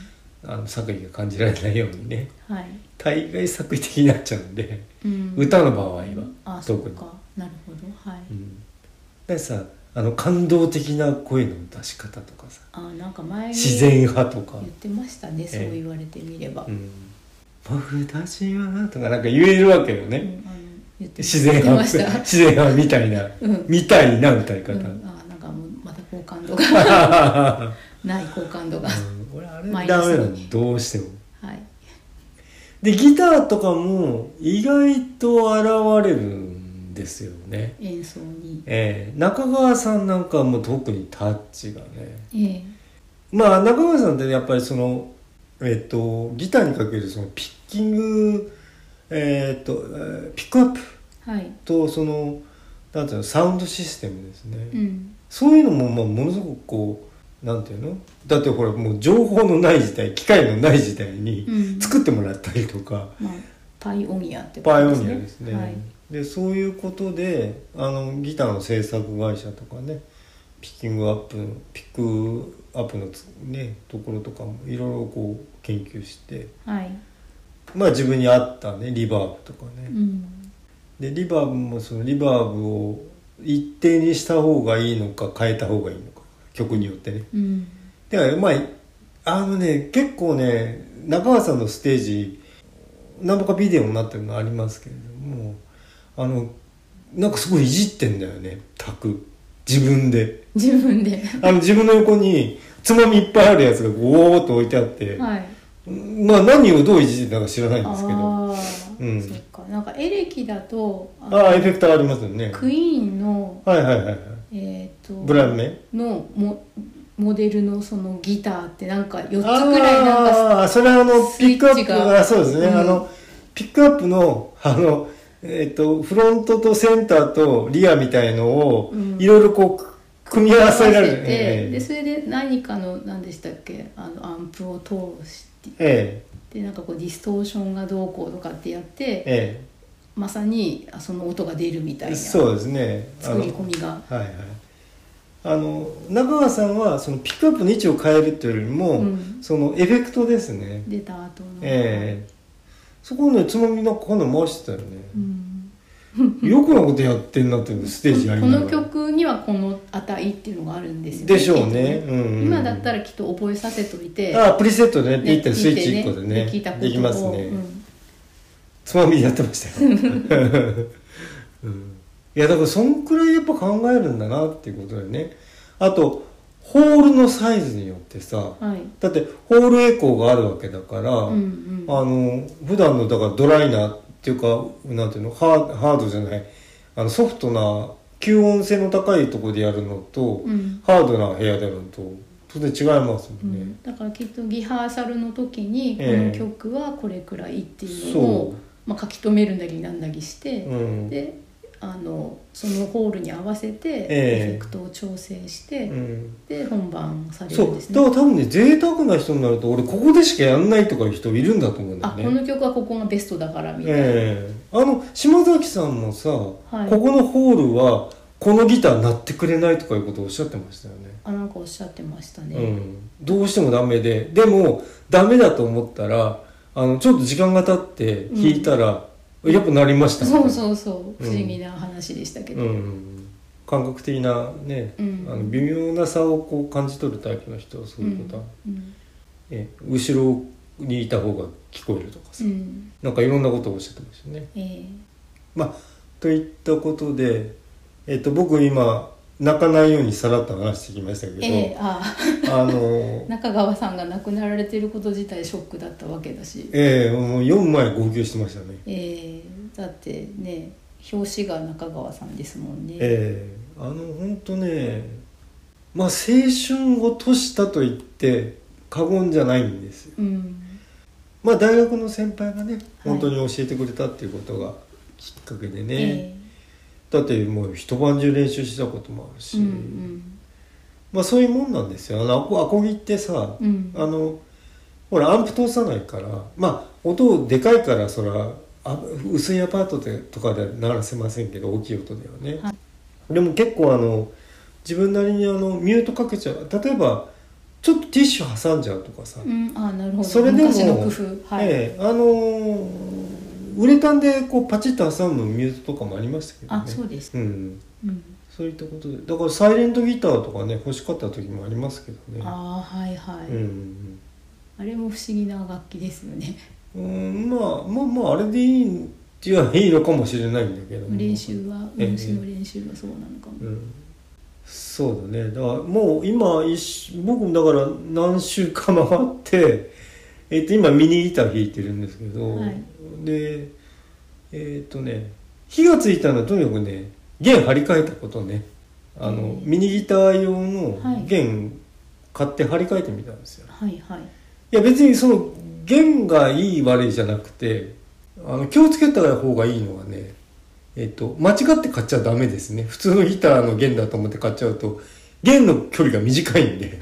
あの作為が感じられないようにね
はい、
大概作為的になっちゃうんで、
うん、
歌の場合は
あそう
特に。
かなるほどはい、
うん、でさあの感動的な声の出し方とかさ
あなんか前に
自然派とか
言ってましたねそう
ええ
言われてみれば、
「うん、僕たちは」とかなんか言えるわけよ
う
ね、
んあの言って
自然
言ってま
派
した
自然派みたいな、
うん
みたいな歌い方、
う
うんん、
あなんかもうまた好感 度がない好感度が、
俺あれ
マイナ
ダ
ス
メ
に
なのどうしても
はい
でギターとかも意外と現れるんですよね
演奏に
ええ中川さんなんかも特にタッチがね
ええ
まあ中川さんってやっぱりそのえっ、とギターにかけるそのピッキングえっ、とえーピックアップ
はい
とそのなんていうのサウンドシステムですね、
うん
そういうのもまあものすごくこうなんていうのだってほらもう情報のない時代機械のない時代
う
に
ん
作ってもらったりとか、
まあパイオニアって
パイオニアですね、
はい
でそういうことであのギターの制作会社とかねピッキングアップのピックアップのつねところとかもいろいろこう研究して
はい、
まあ自分に合ったねリバーブとかね、
うん、
でリバーブもそのリバーブを一定にした方がいいのか変えた方がいいのか曲によってね
うん
だからまああのね結構ね中川さんのステージ何ぼかビデオになってるのありますけれどもあのなんかすごいいじってんだよねタク自分で
自分 で
あの自分の横につまみいっぱいあるやつがゴーっと置いてあって、
はい
まあ何をどういじってたか知らないん
あ
ですけど
あー、
うん
そっかなんかエレキだとあ
あ
の
あエフェクターありますよね
クイーンの
はいはいはいはい
えっ、と
ブランメ
のモモデルのそのギターってなんか4つくらいなんか
あーそれはあの
ス
ピ
イッ
ックアッ
チが
プがそうですね、
うん
あのピックアップのあのえっ、とフロントとセンターとリアみたいのを
うん
いろいろこう組み合わせられる、
て、
え
で
え
それで何かの何でしたっけあのアンプを通して
え
でなんかこうディストーションがどうこうとかってやって、
ええ
まさにあその音が出るみたい
え
な
そうですねあ
作
の
り込みが
はいはいあの中川さんはそのピックアップの位置を変えるというよりも、
うん
そのエフェクトですね
出た後の、
ええそこのつまみのこんなの回してたよね、
うん
よくなことやってんなっていうステージやり
こ
ながら
の曲にはこの値っていうのがあるんですよね
でしょうね
きっと
うんうんうん
今だったらきっと覚えさせといて
ああプリセットでねピ
ね
ッてスイッチ1個で
聞いて
ね
聞いたことを
できますね、
うん
つまみでやってました よ、うん、いやだからそんくらいやっぱ考えるんだなっていうことだよねあとホールのサイズによってさ
はい
だってホールエコーがあるわけだから、
うんうん
あの普段のだからドライなっていうかなんていうのハーハードじゃないあのソフトな吸音性の高いところでやるのと、
うん
ハードな部屋でやるのと当然違います
う
もんね、
んだからきっとリハーサルの時にこ
え
の
え
曲はこれくらいっていうの
そ
を、まあ、書き留めるなりなんなりして、
うん
であのそのホールに合わせて
え
エフェクトを調整して、
うん
で本番され
そ
るん
う
です
だ
ね
から多分ね贅沢な人になると俺ここでしかやんないとかいう人いるんだと思うんだ
あ
よ
こ
ね
の曲はここがベストだからみたいな、
ええあの島崎さんもさ、
い
ここのホールはこのギター鳴ってくれないとかいうことをおっしゃってましたよね
あなんかおっしゃってましたね、
うん、どうしてもダメででもダメだと思ったらあのちょっと時間が経って弾いたら、やっぱなりましたね
そうそうそう不
うん
思議な話でしたけど、
うん、感覚的なね、
うん
あの微妙な差をこう感じ取るタイプの人はそういうことは、
うん
え後ろにいた方が聞こえるとかさ、
うん
なんかいろんなことをおっしゃってましたね。
ええ
まあ、といったことで、えっと、僕今泣かないようにさらっと話してきましたけど、
ええああ
あの
中川さんが亡くなられてること自体ショックだったわけだし
ええもう4枚号泣してましたね。
ええだってね表紙が中川さんですもんね
ええあの本当ねまあ青春をとしたと言って過言じゃないんですよ。
うん
まあ大学の先輩がね
はい
本当に教えてくれたっていうことがきっかけでね、
え
だってもう一晩中練習してたこともある
え
し、
うんうん
まあそういうもんなんですよあのアコアコギってさ、
うん
あのほらアンプ通さないからまあ音でかいからそらあ薄いアパートでとかでは鳴らせませんけど大きい音ではね、
は
でも結構あの自分なりにあのミュートかけちゃう例えばちょっとティッシュ挟んじゃうとかさ、
うん、あなるほど
それでも
昔の工夫はい、
ええあのーウレタンでこうパチッと挟むミュートとかもありましたけどね
あそうです
う、ん、
うん、
そういったことでだからサイレントギターとかね欲しかった時もありますけどね
ああはいはい、
うん
あれも不思議な楽器ですよね
うん、まあまあまああれでいいんじゃいいのかもしれないんだけども
練習は
ええ
虫の練習はそうなのかも、
うんそうだねだからもう今一し僕だから何週か回って、 えっと今ミニギター弾いてるんですけど、
はい
でえっとね火がついたのはとにかくね弦張り替えたことねあの、
うん
ミニギター用
は
の
い
弦買って張り替えてみたんですよ、
はいはい
いや別にその弦がいい悪いじゃなくてあの気をつけた方がいいのはねえっと間違って買っちゃダメですね普通のギターの弦だと思って買っちゃうと弦の距離が短いん で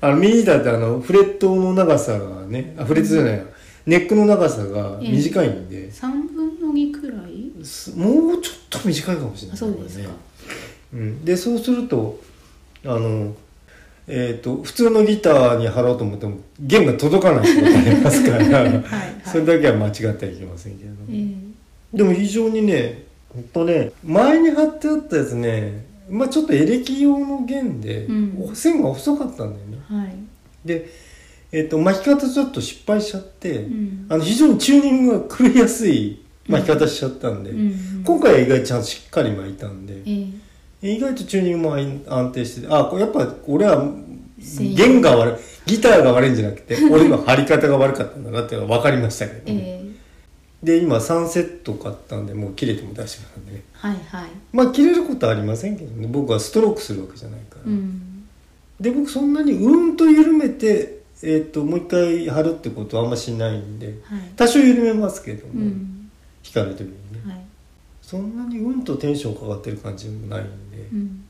あのミニギターってあのフレットの長さがねあフレットじゃないやネックの長さが短いんで、
3分の2くらい
すもうちょっと短いかもしれな
あ
い
そうですか、
これねうん、でそうするとあの、えー、と普通のギターに貼ろうと思っても弦が届かないってことになりますから
はい
それだけは間違ってはいけませんけど、
ええ
でも非常にねほんとね前に貼ってあったやつね、まあ、ちょっとエレキ用の弦で、
うん
線が細かったんだよね
はい、
で、えー、と巻き方ちょっと失敗しちゃって、
うん
あの非常にチューニングが狂いやすい巻き方しちゃったんで、
うん
今回は意外とちゃんとしっかり巻いたんで、
ええ
意外とチューニングも安定しててあこれやっぱ俺は
繊維
弦が悪いギターが悪いんじゃなく て俺の張り方が悪かったんだなっていうのが分かりましたけど、
ええ
で今3セット買ったんでもう切れても出してたんで
はいはい
まあ切れることはありませんけどね僕はストロークするわけじゃないから、
うん
で僕そんなにうんと緩めて、えー、ともう一回貼るってことはあんましないんで
はい
多少緩めますけども、
うん
弾かれてる時にね、
はい
そんなにうんとテンションかかってる感じもないんで、
うん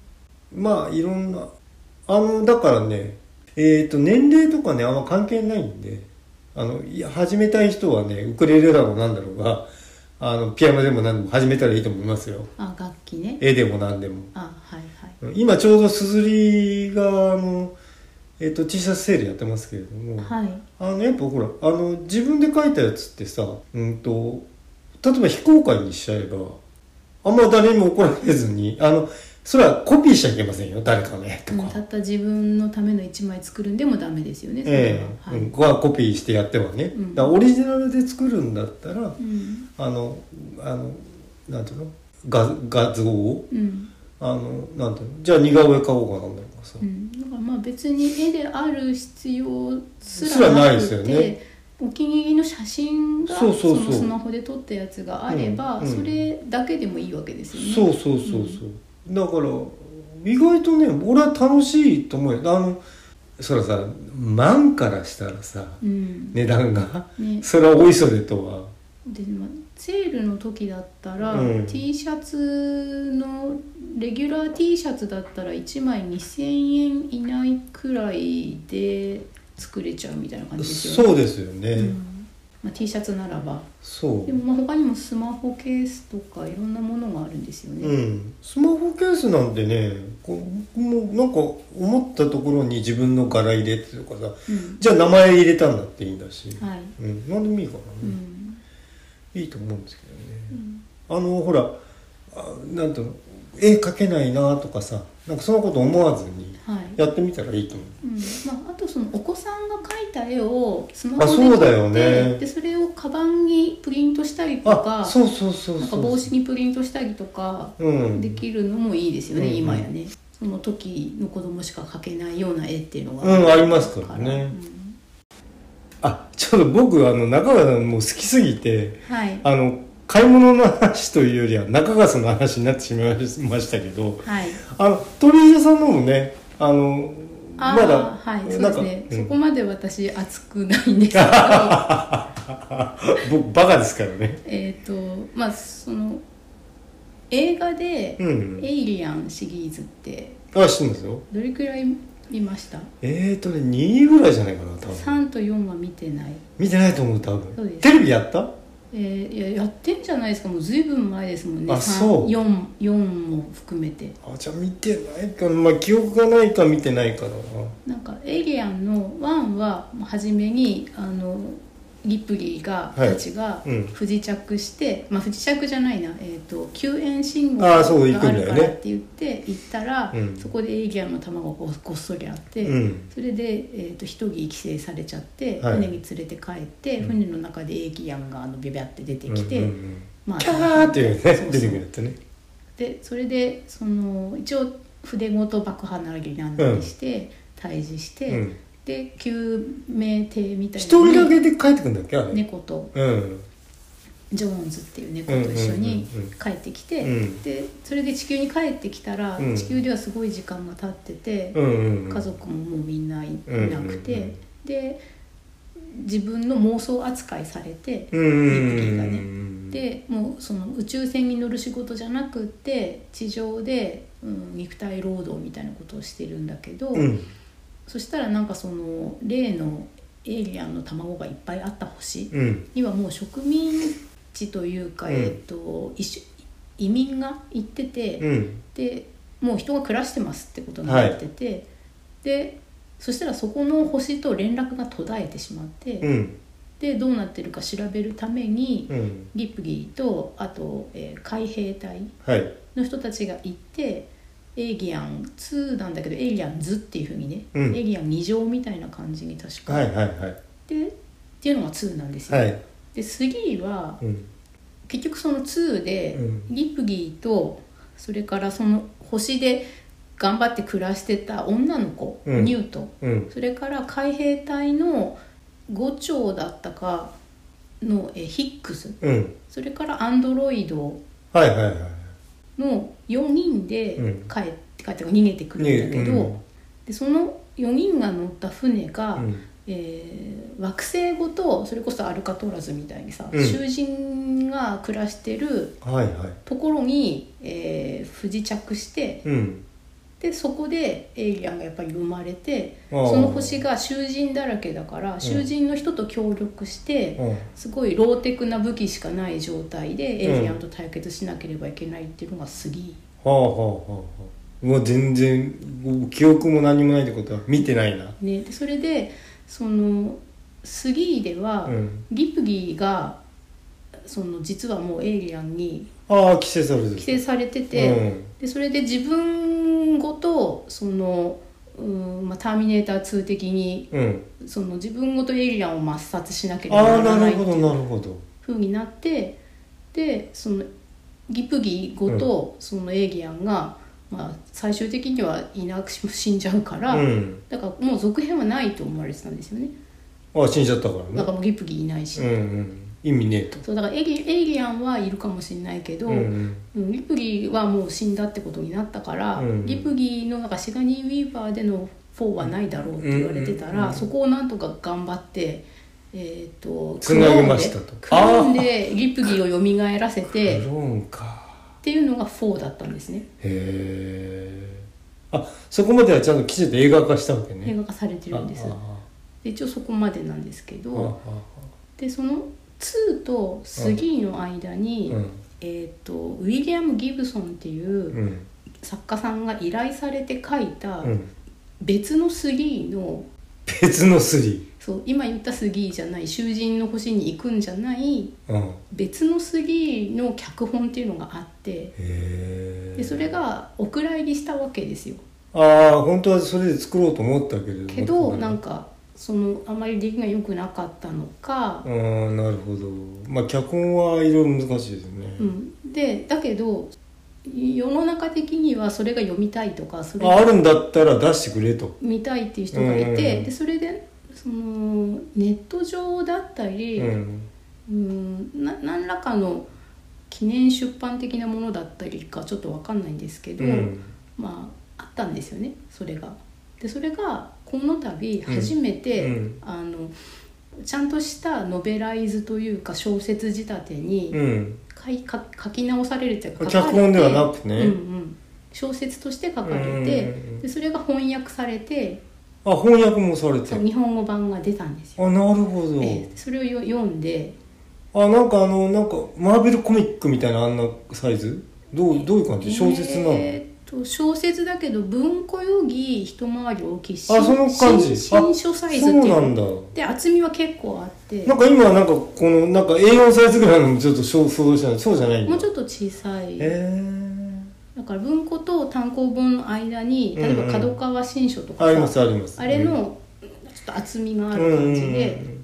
まあいろんなあのだからねえっ、と年齢とかねあんま関係ないんであのいや始めたい人はねウクレレだろうなんだろうがあのピアノでも何でも始めたらいいと思いますよ
あ楽器ね
絵でも何でも
あはいはい
今ちょうどすずりがあの、えっと T シャツセールやってますけれども、
はい
あのやっぱほらあの自分で描いたやつってさうんと例えば非公開にしちゃえばあんま誰にも怒られずにあのそれはコピーしちゃいけませんよ誰かの絵と
もうた
か。
った自分のための一枚作るんでもダメですよねそれ
え
は
え
はい
うんはコピーしてやってはね、
うん
だからオリジナルで作るんだったら、
うん
あのあのなんていうの画画像を
うん
あのなんていうのじゃあ似顔絵描こうかなんだろうかさ、
うん、だからまあ別に絵である必要す
す
ら
ら
な
ない
くて
ですよね
お気に入りの写真が
そうそうそう
のスマホで撮ったやつがあれば、
うんうん
それだけでもいいわけですよね。
そうそうそうそう、だから意外とね俺は楽しいと思うよあのそらさ万からしたらさ
うん
値段が、
ね
それはおいそれとは
でまあセールの時だったら、
うん
T シャツのレギュラー T シャツだったら1枚2,000円以内くらいで作れちゃうみたいな感じですよね。
そうですよね、
うんまあ、T シャツならば
そう
でもまあ他にもスマホケースとかいろんなものがあるんですよね。
うん、スマホケースなんてねこうもうなんか思ったところに自分の柄入れてとかさ
うん
じゃあ名前入れたんだっていいんだし、
はい。
うん、何でもいいからね、
うん。
いいと思うんですけどね。あのほらあなんと絵描けないなとかさなんかそんなこと思わずに
はい
やってみたらいいと思う。
うんまあ、あとそのお子さんが描いた絵をスマホ
あ
で
そうだ
撮
よ
っ
ね
てそでそれをカバンにプリントしたりと
あ
か
そうそうそうそう。
なんか帽子にプリントしたりとか
うん
できるのもいいですよね、
うん
今やねその時の子供しか描けないような絵っていうのが
うんありますからね
うん
あちょっと僕あの中川さんもう好きすぎて
はい
あの買い物の話というよりは中川さんの話になってしまいましたけど
はい
あの鳥居屋さんのもねあの
あー
まだ
はいそう
な
で
んか
すね、
うん
そこまで私熱くないん ですけど
僕バカですからね
えっとまあその映画で
うん
「エイリアン」シリーズって
あ知ってますよ
どれくらい見ました
えーとね2位ぐらいじゃないかな多分
3と4は見てない、
見てないと思う多
そうで
分
す
テレビやった
えーいややってんじゃないですかもうずいぶん前ですもんね
あそう
4も含めて
あじゃあ見てないかまあ記憶がないか見てないかだな
なんか「エイリアン」の1はもう初めにあのリプリーが、
はい
たちが
うん
不時着して、まあ不時着じゃないな、えー、と救援信号
あ
が
ー
あ
そう行くんだ
る
よね
からって言って行ったら、
うん
そこでエイリアンの卵がごっそりあって、
うん
それで、えー、と一人寄生されちゃって、
はい
船に連れて帰って、
うん
船の中でエイリアンがあのビビャって出てきて、
うんうんうん
まあ
キャーっていうね
そうそう
出てくるやつね
でそれでその一応筆ごと爆破なりなんなりして、退治して、
うん
で救命艇みたい
一
なのに
人だけで帰ってくんだっけあれ、
猫と
うん
ジョーンズっていう猫と一緒に
うんうんうんうん
帰ってきて、
うん
でそれで地球に帰ってきたら、
うん
地球ではすごい時間が経ってて、
うんうんうん
家族ももうみんないいなくて、
うんうんうん
で自分の妄想扱いされて、
うんうん
リプリーが
うんう
ね
ん
でもうその宇宙船に乗る仕事じゃなくって地上で、うん、肉体労働みたいなことをしてるんだけど、
うん
そしたらなんかその例のエイリアンの卵がいっぱいあった星
うん
にはもう植民地というか、
うん
えっと一緒移民が行ってて、
うん
でもう人が暮らしてますってことになってて、でそしたらそこの星と連絡が途絶えてしまって、
うん
でどうなってるか調べるために、
うん
リプギーとあと、えー海兵隊
はい
の人たちが行ってエイリアン2なんだけどエイリアンズっていうふうにね、
うん
エイリアン2乗みたいな感じに確か、
はいはいはい
でっていうのが2なんですよ、
はい
で3は
うん
結局その2で、
うん
リプギーとそれからその星で頑張って暮らしてた女の子、
うん
ニュート
うん
それから海兵隊の5長だったかの、えーヒックス
うん
それからアンドロイド
はいはいはい
の4人で
うん
帰って、帰ってか逃げてくるんだけど、
ねうん
でその4人が乗った船が、
うん
えー惑星ごとそれこそアルカトラズみたいにさ、
うん
囚人が暮らしてる
はいはい
ところに、えー不時着して
うん
でそこでエイリアンがやっぱり生まれて
そ
その星が囚人だらけだから囚人の人と協力して。
うん
すごいローテクな武器しかない状態でエイリアンと対決しなければいけないっていうのが次、
はあはあはあはあもう全然もう記憶も何もないってことは見てないな
ね、でそれでそのスギーでは、
うん
リプギーがその実はもうエイリアンに
ああ規制されてる
寄生されてて、
うん
でそれで自分ごとそのうん、まあ、ターミネーター2的に
うん
その自分ごとエイリアンを抹殺しなけれ
あ
ば
あ
なら
な
ない
る
っ
ほ
て
ど
いう
なるほど
風になってでそのギプギごとそのエイリアンが、まあ、最終的にはいなくし死んじゃうから、
うん
だからもう続編はないと思われてたんですよね
ああ死んじゃったから
だ
ね
からもうギプギいないし、
うんうん意味ねえと
そうだからエイリエイリアンはいるかもしれないけど、
うんうん
うんリプギーはもう死んだってことになったから、
うん
リプギーのなんかシガニー・ウィーバーでの4はないだろうって言われてたら、
うんうん
そこをなんとか頑張って。えー、と
つなげましたと
クローンでクローンでリプギーを蘇らせて
クローンか
っていうのが4だったんですね
へえあそこまではちゃんときちんと映画化したわけね
映画化されてるんですで一応そこまでなんですけ
あああ
ど
ああ
でその2とスギーの間に、
うん
えー、とウィリアム・ギブソンっていううん作家さんが依頼されて書いた
うん
別のスリーの
別のスリ
そう今言った杉じゃない囚人の星に行くんじゃない
うんへ
別の杉の脚本っていうのがあって
え
でそれがお蔵入りしたわけですよ
ああ本当はそれで作ろうと思ったけれども
けどなんかそのあまり出来が良くなかったのか
あ、あなるほどまあ脚本はいろいろ難しいですね、
うん、でだけど世の中的にはそれが読みたいとかそれ
ああ
が
るんだったら出してくれと、
見たいっていう人がいて、
うんうんうん
でそれでそのネット上だったり、
うん、
うんな何らかの記念出版的なものだったりかちょっと分かんないんですけど、
うん
まああったんですよねそれが。でそれがこの度初めて、
うんうん
あのちゃんとしたノベライズというか小説仕立てに
うん
書い書書き直されるっていうか
脚本ではなくね
うんうん、小説として書かれ
うんうんう
て
ん
でそれが翻訳されて
あ翻訳もされて
そう
る
日本語版が出たんですよ。
あなるほど、
ええそれをよ読んで
あなんかあのなんかマーベルコミックみたいなあんなサイズどうどういう感じ小説なの、
えーっと小説だけど文庫より一回り大きいし
あその感じ
新
あ
新書サイズっていう
そう
の
なんだ
で厚みは結構あって
なんか今なんかこのなんか A4 サイズぐらいのちょっと想像したのそうじゃないんだ
もうちょ
っと
っと小さい、
え
だから文庫と単行本の間に例え
うんう
ば
ん
角川新書と
ー、
か
あ
さ
りますあります
あれのちょっと厚みが
あ
ある感じで、
うんうん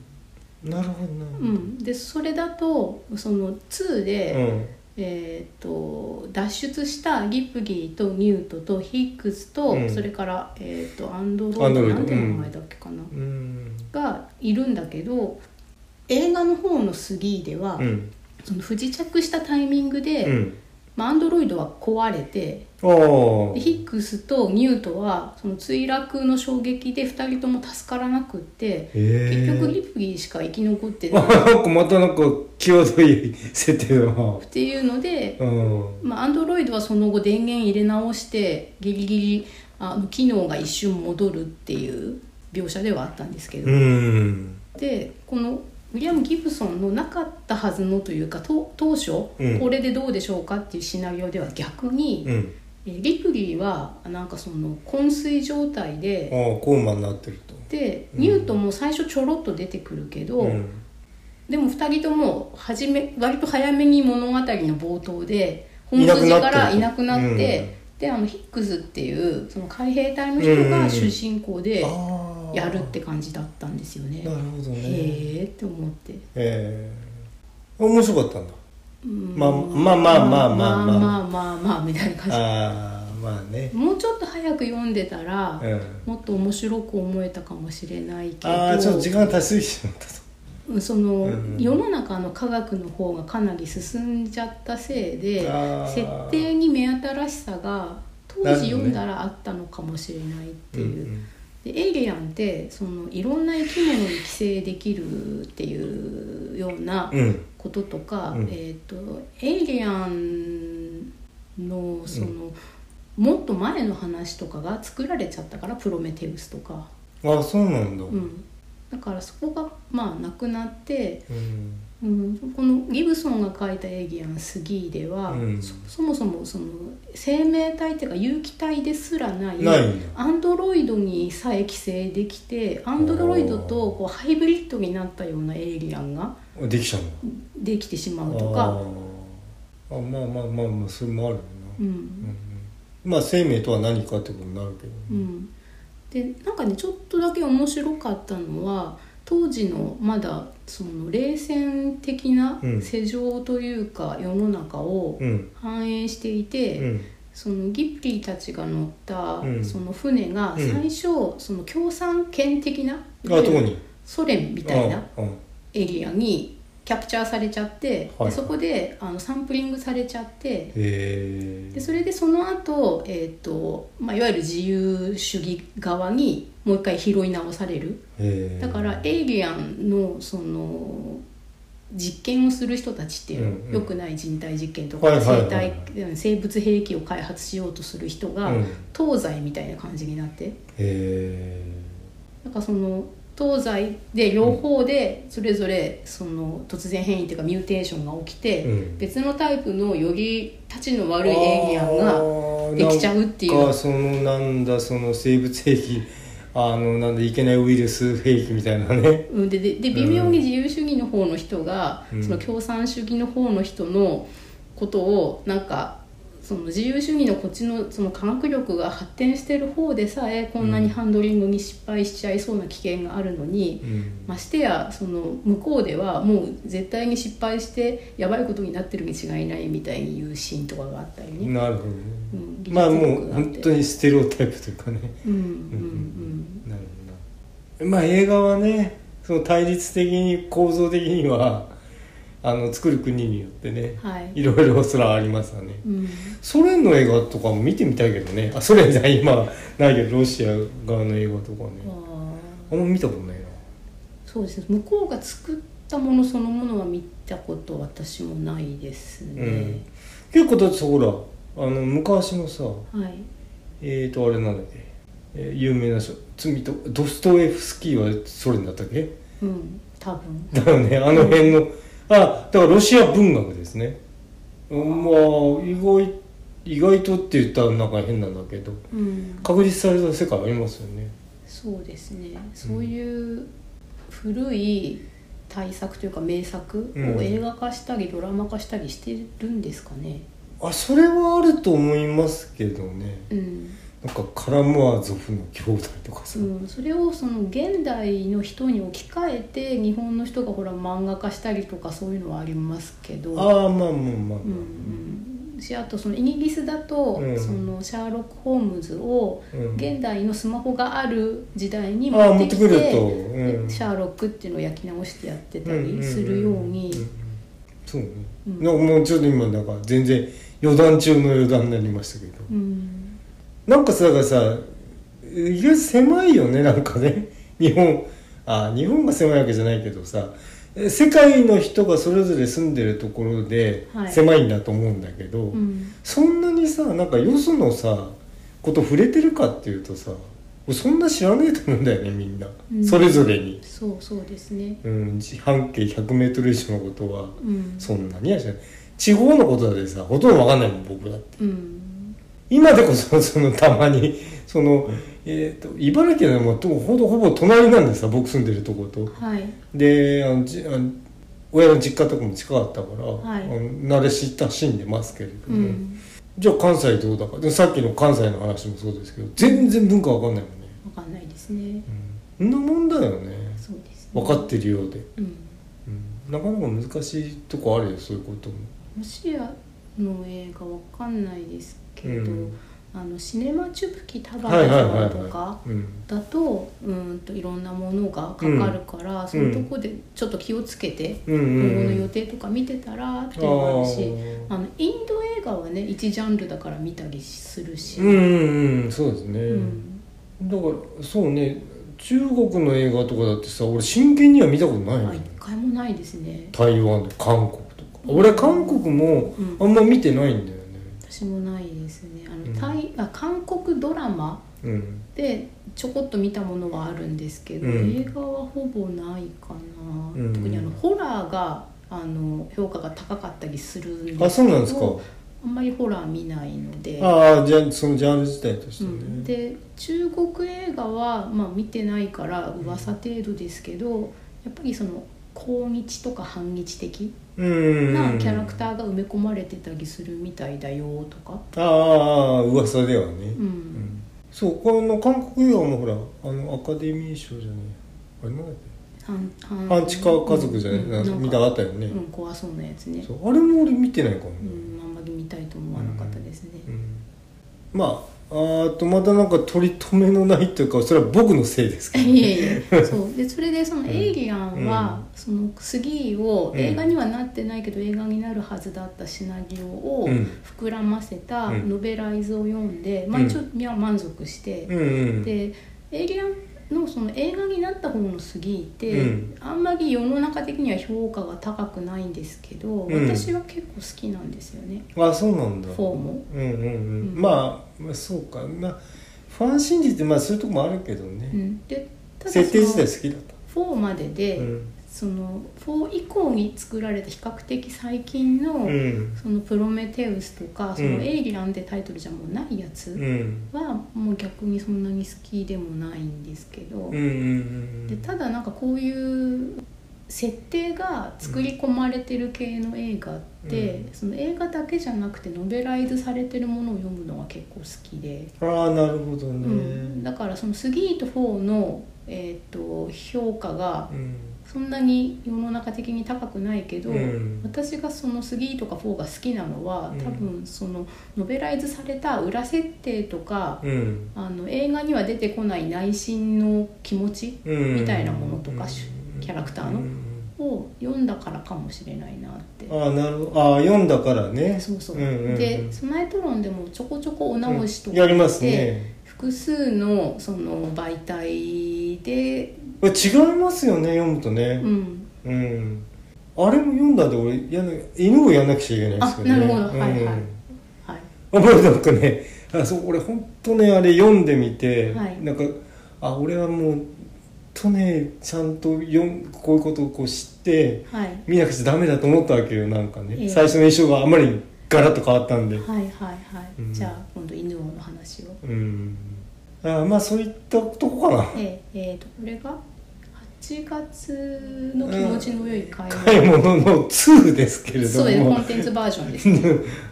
うん、なるほどな
うんでそれだとその2で、
うん
えー、と脱出したギップギーとニュートとヒックスと、
うん
それから、えー、とアンドロイ
アンドロイ
ド
ド
なんて名前だっけかな、
うん
がいるんだけど映画の方のスギーでは、
うん
その不時着したタイミングで、
うん
まあ、アンドロイドは壊れて
ああ
でヒックスとニュートはその墜落の衝撃で2人とも助からなくって、
結
結局ギップギーしか生き残ってない っ
なんかまたなんか際どい設定だな
ていうので
うん
まあ、Android はその後電源入れ直してギリギリあの機能が一瞬戻るっていう描写ではあったんですけど、
うん
でこのウィリアム・ギブソンのなかったはずのというかと当初、
うん
これでどうでしょうかっていうシナリオでは逆に、
うん
えーリプリーはなんかその昏睡状態
ああ
で、
コーマになってると
で
うん
ニュートンも最初ちょろっと出てくるけど、
うん
でも2人とも初め割と早めに物語の冒頭で
い
本
なく
筋
なってる
からいなくなって
うん
であのヒックスっていうその海兵隊の人が主人公で
ああ
やるって感じだったんですよね。
なるほどね
へえって思って、
ええ面白かったんだ
うん
まあまあまあまあまあ
ま
ま
あまあまあまあみたいな感
ああまあね
じもうちょっと早く読んでたら
うん
もっと面白く思えたかもしれないけど
ああちょっと時間が足しすぎちゃったと
うんその、
うん
世の中の科学の方がかなり進んじゃったせいで
あー
設定に目新しさが当
なるほど
時
ね
読んだらあったのかもしれないっていう、
うん
でエイリアンってそのいろんな生き物に寄生できるっていうような
うんうん
こととか、
うん
えー、とエイリアンのその、もっと前の話とかが作られちゃったからプロメテウスとか、
ああそうなんだう
うん、だからそこがまあなくなって。
ん
うん、このギブソンが書いた「エイリアンスギー」では、
うん
そそもそもその生命体っていうか有機体ですらない
ないんだ
アンドロイドにさえ寄生できてアンドロイドとこうハイブリッドになったようなエイリアンが
あできちゃうんだ
できてしまうと
あ
か、
ーあまあまあまあまあそれもあるよな
うん
うんうんまあ生命とは何かってことになるけど
う
ね、
ん、でなんかねちょっとだけ面白かったのは当時のまだその冷戦的な
うん
世情というか世の中を
うん
反映していて。
うん
そのギップリーたちが乗った
うん
その船が
うん
最初その共産圏的な
あどこに
ソ連みたいな
あ
エリアにキャプチャーされちゃって
はい
でそこであのサンプリングされちゃって
へえ
でそれでその後、えーとまあいわゆる自由主義側にもう一回拾い直される
へー
だからエイリアンのその実験をする人たちっていうの、
うんうん
よくない人体実験と
はい
か
はいはい
生体生物兵器を開発しようとする人が
うんへ
東西みたいな感じになって
え
なんかその東西で両方でそれぞれその突然変異というかミューテーションが起きて、
うん
別のタイプのよりたちの悪いエイリアンができちゃうっていう
あーなんかそのなんだその生物兵器 あのなんでいけないウイルス兵器みたいなね
うん、ででで微妙に自由主義の方の人が、
うん
その共産主義の方の人のことをなんかその自由主義のこっちのその科学力が発展してる方でさえこんなにハンドリングに失敗しちゃいそうな危険があるのに、
うん
ましてやその向こうではもう絶対に失敗してやばいことになってるに違いないみたいに言うシーンとかがあったりね。
なるほどね
うん
まあもう本当。
技術力があって
にステレオタイプというかね
うんうん
なるほどなまあ映画はねその対立的に構造的にはあの作る国によってね
うん。はい。
いろいろそらありますわね
うん。
ソ連の映画とかも見てみたいけどねあソ連じゃない今ないけどロシア側の映画とかね
あー
あんま見たことないな
そうですね向こうが作ったものそのものは見たこと私もないですね、
結構だってさほらあの昔のさ
はい
えーとあれなんだっけ、えー有名な人罪とドストエフスキーはソ連だったっけ
うん多分
だよねあの辺のあだからロシア文学ですねうんまあ意外意外とって言ったらなんか変なんだけど
うん
確立された世界ありますよね
そうですねそういう古い大作というか名作を
うん
映画化したりドラマ化したりしてるんですかね
あそれはあると思いますけどね
うん、
なんかカラムアゾフの兄弟とかさ、
うん、それをその現代の人に置き換えて日本の人がほら漫画化したりとかそういうのはありますけど
ああまあまあまあまあ、
うんしあとそのイギリスだと、
うん
そのシャーロック・ホームズを
うん
現代のスマホがある時代に
ああ
持
持
って
って
き
く
て
ると、
で
うん
シャーロックっていうのを焼き直してやってたりするように
んんんんそうね、
うん
なんかもうちょっと今なんか全然余談中の余談になりましたけど、
うん
なんかさだからさ意外と狭いよねなんかね 日本あ日本が狭いわけじゃないけどさえ世界の人がそれぞれ住んでるところで
はい
狭いんだと思うんだけど、
うん
そんなにさなんかよそのさこと触れてるかっていうとさ俺そんな知らねえと思うんだよねみんな、
うん
それぞれに、
そうそうですね
うん、半径 100m 以上のことは
うん
そんなには知らない地方のことだってさほとんどわかんないもん僕だって。
うん
今でこそそのたまに その、えー、と茨城でもとほぼほぼ隣なんでさ僕住んでるとこと
はい
であのじあの親の実家とかも近かったから、
はい
あの慣れ親しんでますけれど
う
も、
ん
じゃあ関西どうだかでさっきの関西の話もそうですけど全然文化わかんないもんね、
わかんないですね
うん、そんなもんだよね
そうですね
分かってるようで、
うん
うん、なかなか難しいとこあるよそういうことも
ロシアの映画わかんないですけど、
うん
あのシネマチュプキタバ
はい
ナ
はいはい
さんとか、
はい、うん
だとうんといろんなものがかかるから、そういうとこでちょっと気をつけて、
うんう
今後の
んう
予
ん
定とか見てたらっ
あ
ていうのもあるし
ー
あのインド映画はね一ジャンルだから見たりするし、
うんうんうんそうですね、
うん
だからそうね中国の映画とかだってさ俺真剣には見たことないの、
あ一回もないですね
台湾とか韓国とか俺韓国も
うん
あんま見てないんだよね
私もないですねあの、
うん
タイあ韓国ドラマ
うん
でちょこっと見たものはあるんですけど、
うん
映画はほぼないかな、
うん
特にあのホラーがあの評価が高かったりするんですけど
あそうなんですか
あんまりホラー見ないので、
ああじゃあそのジャンル自体として
う
ね、
ん、で中国映画は、まあ、見てないから噂程度ですけど、やっぱりその抗日とか反日的
うん
なキャラクタ
ー
ーが埋め込まれてたりするみたいだよとか、
ああ噂ではね、
うん
うんそうこの韓国映画もほらあのアカデミー賞じゃないあれなんだっ
反
け
反
半地下家族じゃない、
うん
なんか
んか
見たかったよね、
うん、怖そうなやつね
そうあれも俺見てないかもね、
うん、あんまり見たいと思わなかったですね、
まああーとまたなんか取り留めのないというかそれは僕のせいですけど
いえい えそうでそれでその「エイリアンは
うん」
その杉を映画にはなってないけど映画になるはずだったシナリオを
うん
膨らませた
うん
ノベライズを読んで、まあ、
うん
ちょっと満足して、
うんうん
で「エイリアン」のその映画になった方の杉って、
うん
あんまり世の中的には評価が高くないんですけど、
うん
私は結構好きなんですよね。
あそうなんだ
フォーも
うんうんうん、
うん
まあまあそうかまあファン心理ってまあそういうとこもあるけど
う
ね、
ん、でただその
設定自体好きだっ
4までで、
た、うん
その4以降に作られた比較的最近の、
うん
そのプロメテウスとかそ
うん
のエイリランってタイトルじゃもうないや
うん
つ
うん
はもう逆にそんなに好きでもないんですけど、
うんうん
でただなんかこういう設定が作り込まれてる系の映画って、
う
その映画だけじゃなくてノベライズされてるものを読むのが結構好きで、
ああなるほど
う
ね
ん、だからそのスギーと4の、えー、と評価が
うん
そんなに世の中的に高くないけど、
うん
私がその3とか4が好きなのは
うん
多分そのノベライズされた裏設定とか、
うん
あの映画には出てこない内心の気持ち
うん
みたいなものとかし
うん
キャラクターの
うん
を読んだからかもしれないなって。
ああなるほどああ読んだからね
そうそう、
んんん
で「スナイトロン」でもちょこちょこお直しと
や
か
ります
で
ね
複数のその媒体で、
これ違いますよね読むと
う
ね
ん、
うん、あれも読んだんで俺やんな犬をやんなくちゃいけないですよね
あなるほどはいはいはい、
うん、まあなんかねあそう俺本当ねあれ読んでみて、
はい
なんかあ俺はもうほんとねちゃんと読んこういうことをこう知って
はい、
見なくちゃダメだと思ったわけよなんかね、
ええ
最初の印象があまりガラッと変わったんで
はいはいはい、
うん
じゃあ今度犬王の話を
うんあまあそういったとこかな
えええーとこれが8月の気持ちの良い会話、
買い物の2ですけれども
そうですコンテンツバージョンですね、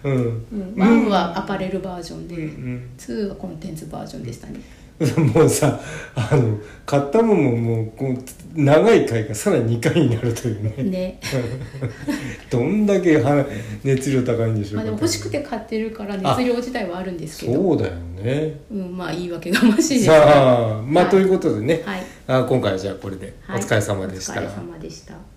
うん
うん、1はアパレルバージョン
う
で、
んうん
2はコンテンツバージョンでしたね
もうさあの買ったものももうこう長い回がさらに2回になるというね
ね
どんだけは熱量高いんでしょう
ま
か
あでも欲しくて買ってるから熱量自体はあるんですけど
そうだよね
うん、まあ言い訳がましいですが
さあまあ、
はい
ということでね、
はい
あ今回はじゃあこれでお
はい
疲れ様でした。
お疲れ様でした